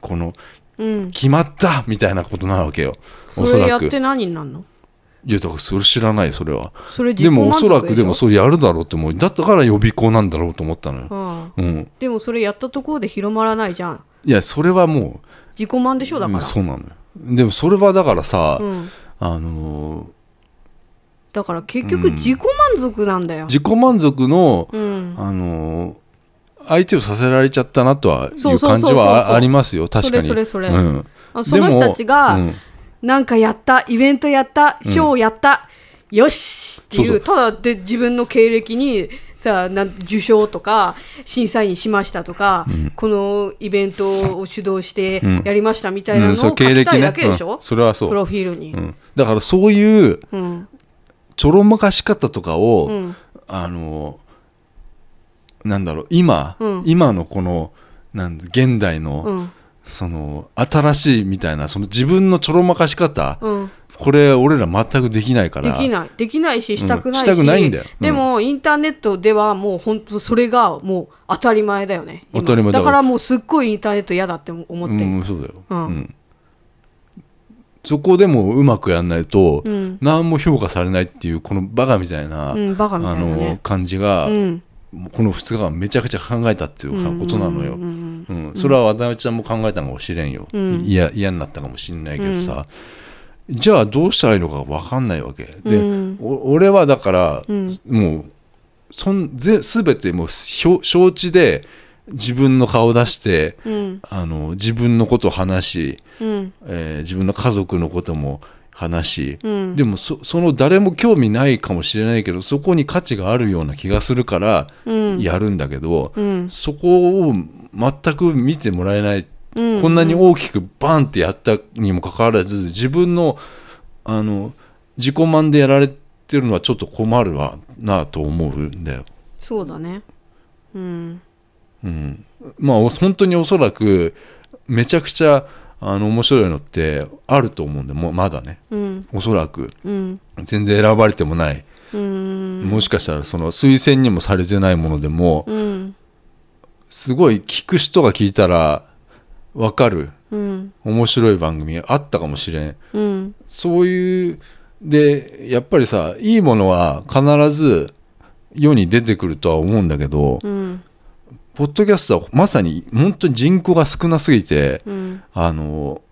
Speaker 2: この
Speaker 1: うん
Speaker 2: 決まったみたいなことなわけよ
Speaker 1: そ
Speaker 2: おそ
Speaker 1: れや
Speaker 2: ら
Speaker 1: っ
Speaker 2: く
Speaker 1: て何になるの
Speaker 2: いやだからそれ知らないそれは
Speaker 1: それ自己
Speaker 2: でもお
Speaker 1: 満
Speaker 2: そ
Speaker 1: 足
Speaker 2: らくでも
Speaker 1: しょ
Speaker 2: それやるだろうって思うだったから予備校なんだろうと思ったのよ、
Speaker 1: うん
Speaker 2: うん、
Speaker 1: でもそれやったところで広まらないじゃん
Speaker 2: いやそれはも
Speaker 1: 自己満でしょ
Speaker 2: う
Speaker 1: だか
Speaker 2: うん
Speaker 1: ら、
Speaker 2: そうなのよでもそれはだからさ、
Speaker 1: うん
Speaker 2: あのー
Speaker 1: だから結局自己満足なんだよ、
Speaker 2: 自己満足の、
Speaker 1: うん、
Speaker 2: あのー相手をさせられちゃったなとはい
Speaker 1: そううそうそう
Speaker 2: 感
Speaker 1: そう
Speaker 2: じはあありますよ確かに
Speaker 1: それそれそれ
Speaker 2: うん、
Speaker 1: あその人たちが
Speaker 2: でもうん
Speaker 1: なんかやったイベントやったショーやった、よしっていう
Speaker 2: そうそう
Speaker 1: ただで自分の経歴にさなん受賞とか審査員しましたとか、このイベントを主導して
Speaker 2: うん
Speaker 1: やりましたみたいなの
Speaker 2: う
Speaker 1: を
Speaker 2: ん
Speaker 1: 書
Speaker 2: そう
Speaker 1: きたいだけ
Speaker 2: う
Speaker 1: で
Speaker 2: ん
Speaker 1: しょ、
Speaker 2: それはそう
Speaker 1: プロフィールに、
Speaker 2: うん、だからそういう
Speaker 1: うん
Speaker 2: ちょろまかし方とかを、
Speaker 1: うん
Speaker 2: あのなんだろう今、
Speaker 1: うん
Speaker 2: 今のこのなん現代の、
Speaker 1: うん
Speaker 2: その新しいみたいなその自分のちょろまかし方、
Speaker 1: うん
Speaker 2: これ俺ら全くできないから
Speaker 1: できないできないししたくないし,、
Speaker 2: うんしたくないんだようん
Speaker 1: でもインターネットではもう本当それがもう当たり前だよね今
Speaker 2: 当たり前だ
Speaker 1: だからもうすっごいインターネット嫌だって思ってる、
Speaker 2: うん、そうだよ、
Speaker 1: うん
Speaker 2: そこでもうまくやんないと、
Speaker 1: うん
Speaker 2: 何も評価されないっていうこのバカみたいな、
Speaker 1: うんバカみたいなね
Speaker 2: あの感じが、
Speaker 1: うん
Speaker 2: もうこの2日間めちゃくちゃ考えたっていうことなのよ、
Speaker 1: うんうんうんうんうん
Speaker 2: うん、それは渡辺ちゃんも考えたのかもしれんよ、
Speaker 1: うん
Speaker 2: いや嫌になったかもしれないけどさ、じゃあどうしたらいいのか分かんないわけで、
Speaker 1: うん
Speaker 2: お俺はだから、
Speaker 1: うん
Speaker 2: もうそんぜ全てもうひょ承知で自分の顔出して
Speaker 1: うん
Speaker 2: あの自分のことを話し、
Speaker 1: うん
Speaker 2: えー自分の家族のことも話し、
Speaker 1: うん
Speaker 2: でもそその誰も興味ないかもしれないけどそこに価値があるような気がするから
Speaker 1: うん
Speaker 2: やるんだけど、
Speaker 1: うん
Speaker 2: そこを全く見てもらえない、
Speaker 1: うん
Speaker 2: こんなに大きくバンってやったにもかかわらず自分のあの自己満でやられてるのはちょっと困るわなと思うんだよ。
Speaker 1: そうだねうん
Speaker 2: うん、まあお本当におそらくめちゃくちゃあの面白いのってあると思うんでもうまだね
Speaker 1: うん
Speaker 2: おそらく
Speaker 1: うん
Speaker 2: 全然選ばれてもない、
Speaker 1: うん
Speaker 2: もしかしたらその推薦にもされてないものでも、
Speaker 1: うん
Speaker 2: すごい聞く人が聞いたら分かる
Speaker 1: うん
Speaker 2: 面白い番組があったかもしれん
Speaker 1: うん
Speaker 2: そういうでやっぱりさいいものは必ず世に出てくるとは思うんだけど、
Speaker 1: うん
Speaker 2: ポッドキャストはまさに本当に人口が少なすぎて
Speaker 1: うん
Speaker 2: あの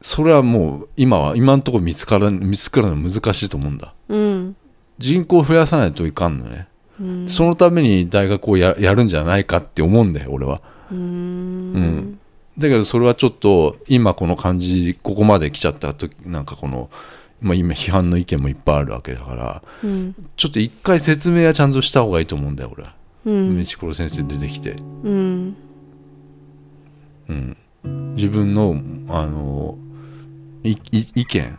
Speaker 2: それはもう今は今のところ見つからん見つかるの難しいと思うんだ
Speaker 1: うん
Speaker 2: 人口を増やさないといかんのね、
Speaker 1: うん
Speaker 2: そのために大学をややるんじゃないかって思うんだよ俺は
Speaker 1: うん
Speaker 2: うんだけどそれはちょっと今この感じここまで来ちゃった時なんかこの、まあ、今批判の意見もいっぱいあるわけだから
Speaker 1: うん
Speaker 2: ちょっと一回説明はちゃんとした方がいいと思うんだよ俺は
Speaker 1: うん
Speaker 2: 梅地黒先生出てきて、
Speaker 1: うん
Speaker 2: うん、自分のあのいい意見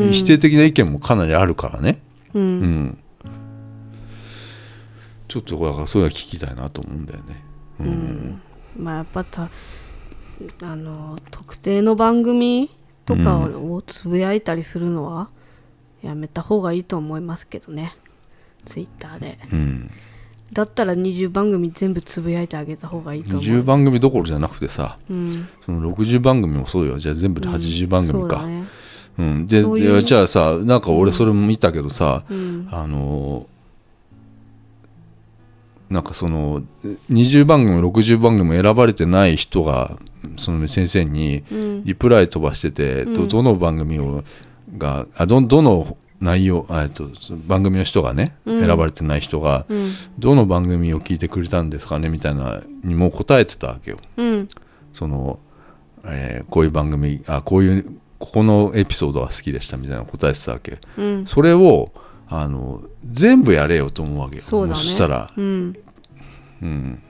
Speaker 1: うん
Speaker 2: 否定的な意見もかなりあるからね、
Speaker 1: う
Speaker 2: うん
Speaker 1: ん
Speaker 2: ちょっとだからそれは聞きたいなと思うんだよねう
Speaker 1: うんんまあやっぱたあの特定の番組とかを,、つぶやいたりするのはやめた方がいいと思いますけどねツイッターで
Speaker 2: うん、
Speaker 1: だったら20番組全部つぶやいてあげた方がいいと思う
Speaker 2: 20番組どころじゃなくてさ
Speaker 1: うん
Speaker 2: その60番組もそうよじゃあ全部で80番組か、
Speaker 1: そうだね
Speaker 2: うん、で
Speaker 1: そういう
Speaker 2: でじゃあさなんか俺それも見たけどさ、
Speaker 1: うん
Speaker 2: あのーなんかその20番組60番組選ばれてない人がその先生に
Speaker 1: うん
Speaker 2: リプライ飛ばしてて、
Speaker 1: うん
Speaker 2: どどの番組をがあどどの内容あえっとその番組の人がね、
Speaker 1: うん
Speaker 2: 選ばれてない人が
Speaker 1: うん
Speaker 2: どの番組を聞いてくれたんですかねみたいなにも答えてたわけよ。
Speaker 1: うん
Speaker 2: その、えーこういう番組あこういうここのエピソードは好きでしたみたいなの答えてたわけ
Speaker 1: うん
Speaker 2: それをあの全部やれよと思うわけよ
Speaker 1: そうだね
Speaker 2: もしたら、
Speaker 1: うん
Speaker 2: うん、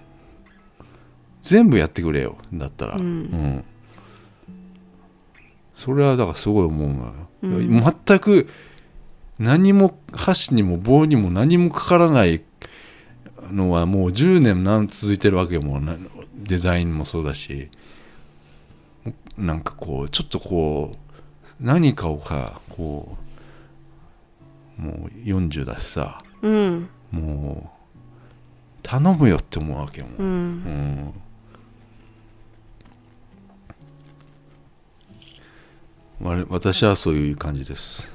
Speaker 2: 全部やってくれよだったら、
Speaker 1: うん
Speaker 2: んそれはだからすごい思うのよ、
Speaker 1: うん
Speaker 2: 全く何も箸にも棒にも何もかからないのはもう10年なん続いてるわけよもうなデザインもそうだしなんかこうちょっとこう何かをかこうもう40だしさ
Speaker 1: うん
Speaker 2: もう頼むよって思うわけよもう
Speaker 1: う、ん
Speaker 2: うんわれ私はそういう感じです。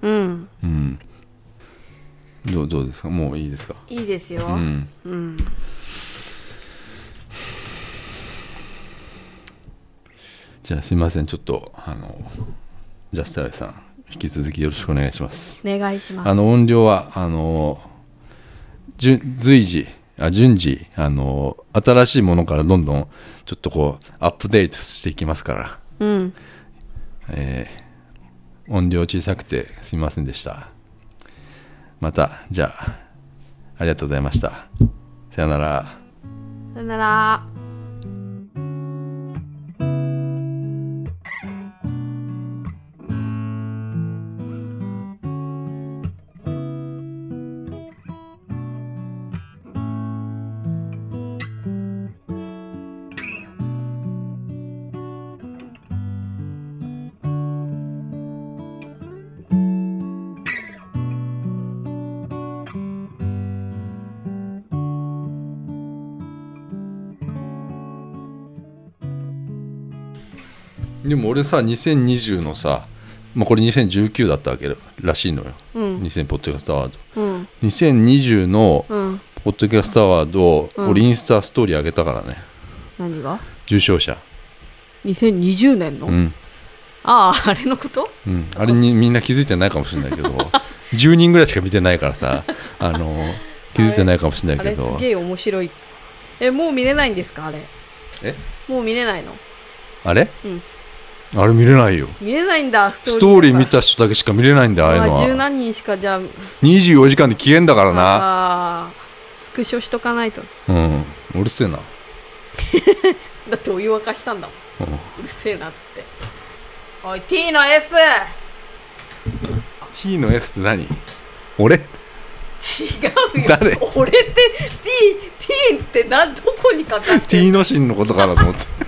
Speaker 1: うん
Speaker 2: うん。どうどうですかもういいですか
Speaker 1: いいですよ
Speaker 2: うん。
Speaker 1: うん
Speaker 2: じゃあすいません。ちょっと、あの、ジャスターさん、引き続きよろしくお願いします。
Speaker 1: お願いします
Speaker 2: あの音量は、あの、じゅ随時、あ順次、あの、新しいものからどんどん、ちょっとこう、アップデートしていきますから。
Speaker 1: うん
Speaker 2: えー音量小さくてすみませんでした。また、じゃあ、ありがとうございました。さよなら。
Speaker 1: さよなら
Speaker 2: でも俺さ、2020のさ、まあ、これ2019だったわけらしいのよ。
Speaker 1: うん
Speaker 2: 2000ポッドキャストアワード。
Speaker 1: うん
Speaker 2: 2020の
Speaker 1: うん
Speaker 2: ポッドキャストアワード、
Speaker 1: うん
Speaker 2: 俺インスタストーリー上げたからね。
Speaker 1: 何が
Speaker 2: 重症者
Speaker 1: 2020年の、
Speaker 2: うん、
Speaker 1: あああれのこと
Speaker 2: うん、あれにみんな気づいてないかもしれないけど 10人ぐらいしか見てないからさあの気づいてないかもしれ
Speaker 1: あ
Speaker 2: ないけ
Speaker 1: れす
Speaker 2: ど
Speaker 1: げえ面白いえもう見れないんですかあれ
Speaker 2: え
Speaker 1: もう見れないの
Speaker 2: あれ、
Speaker 1: うん
Speaker 2: あれ見れないよ
Speaker 1: 見れないんだストーリー
Speaker 2: ストーリー見
Speaker 1: だ
Speaker 2: た人だけしか見れないんだよああ
Speaker 1: から
Speaker 2: いうの
Speaker 1: まあ十
Speaker 2: は
Speaker 1: 何人しかじゃあ
Speaker 2: 24時間で消えんだからな
Speaker 1: あースクショしとかないと
Speaker 2: うんうるせえな、
Speaker 1: だってお湯沸かしたんだもん
Speaker 2: うん、
Speaker 1: うるせえなっつっておい T の S!
Speaker 2: T の S って何俺
Speaker 1: 違うよ
Speaker 2: 誰
Speaker 1: 俺って T, T ってなどこにかかって
Speaker 2: T のシンのことかなと思って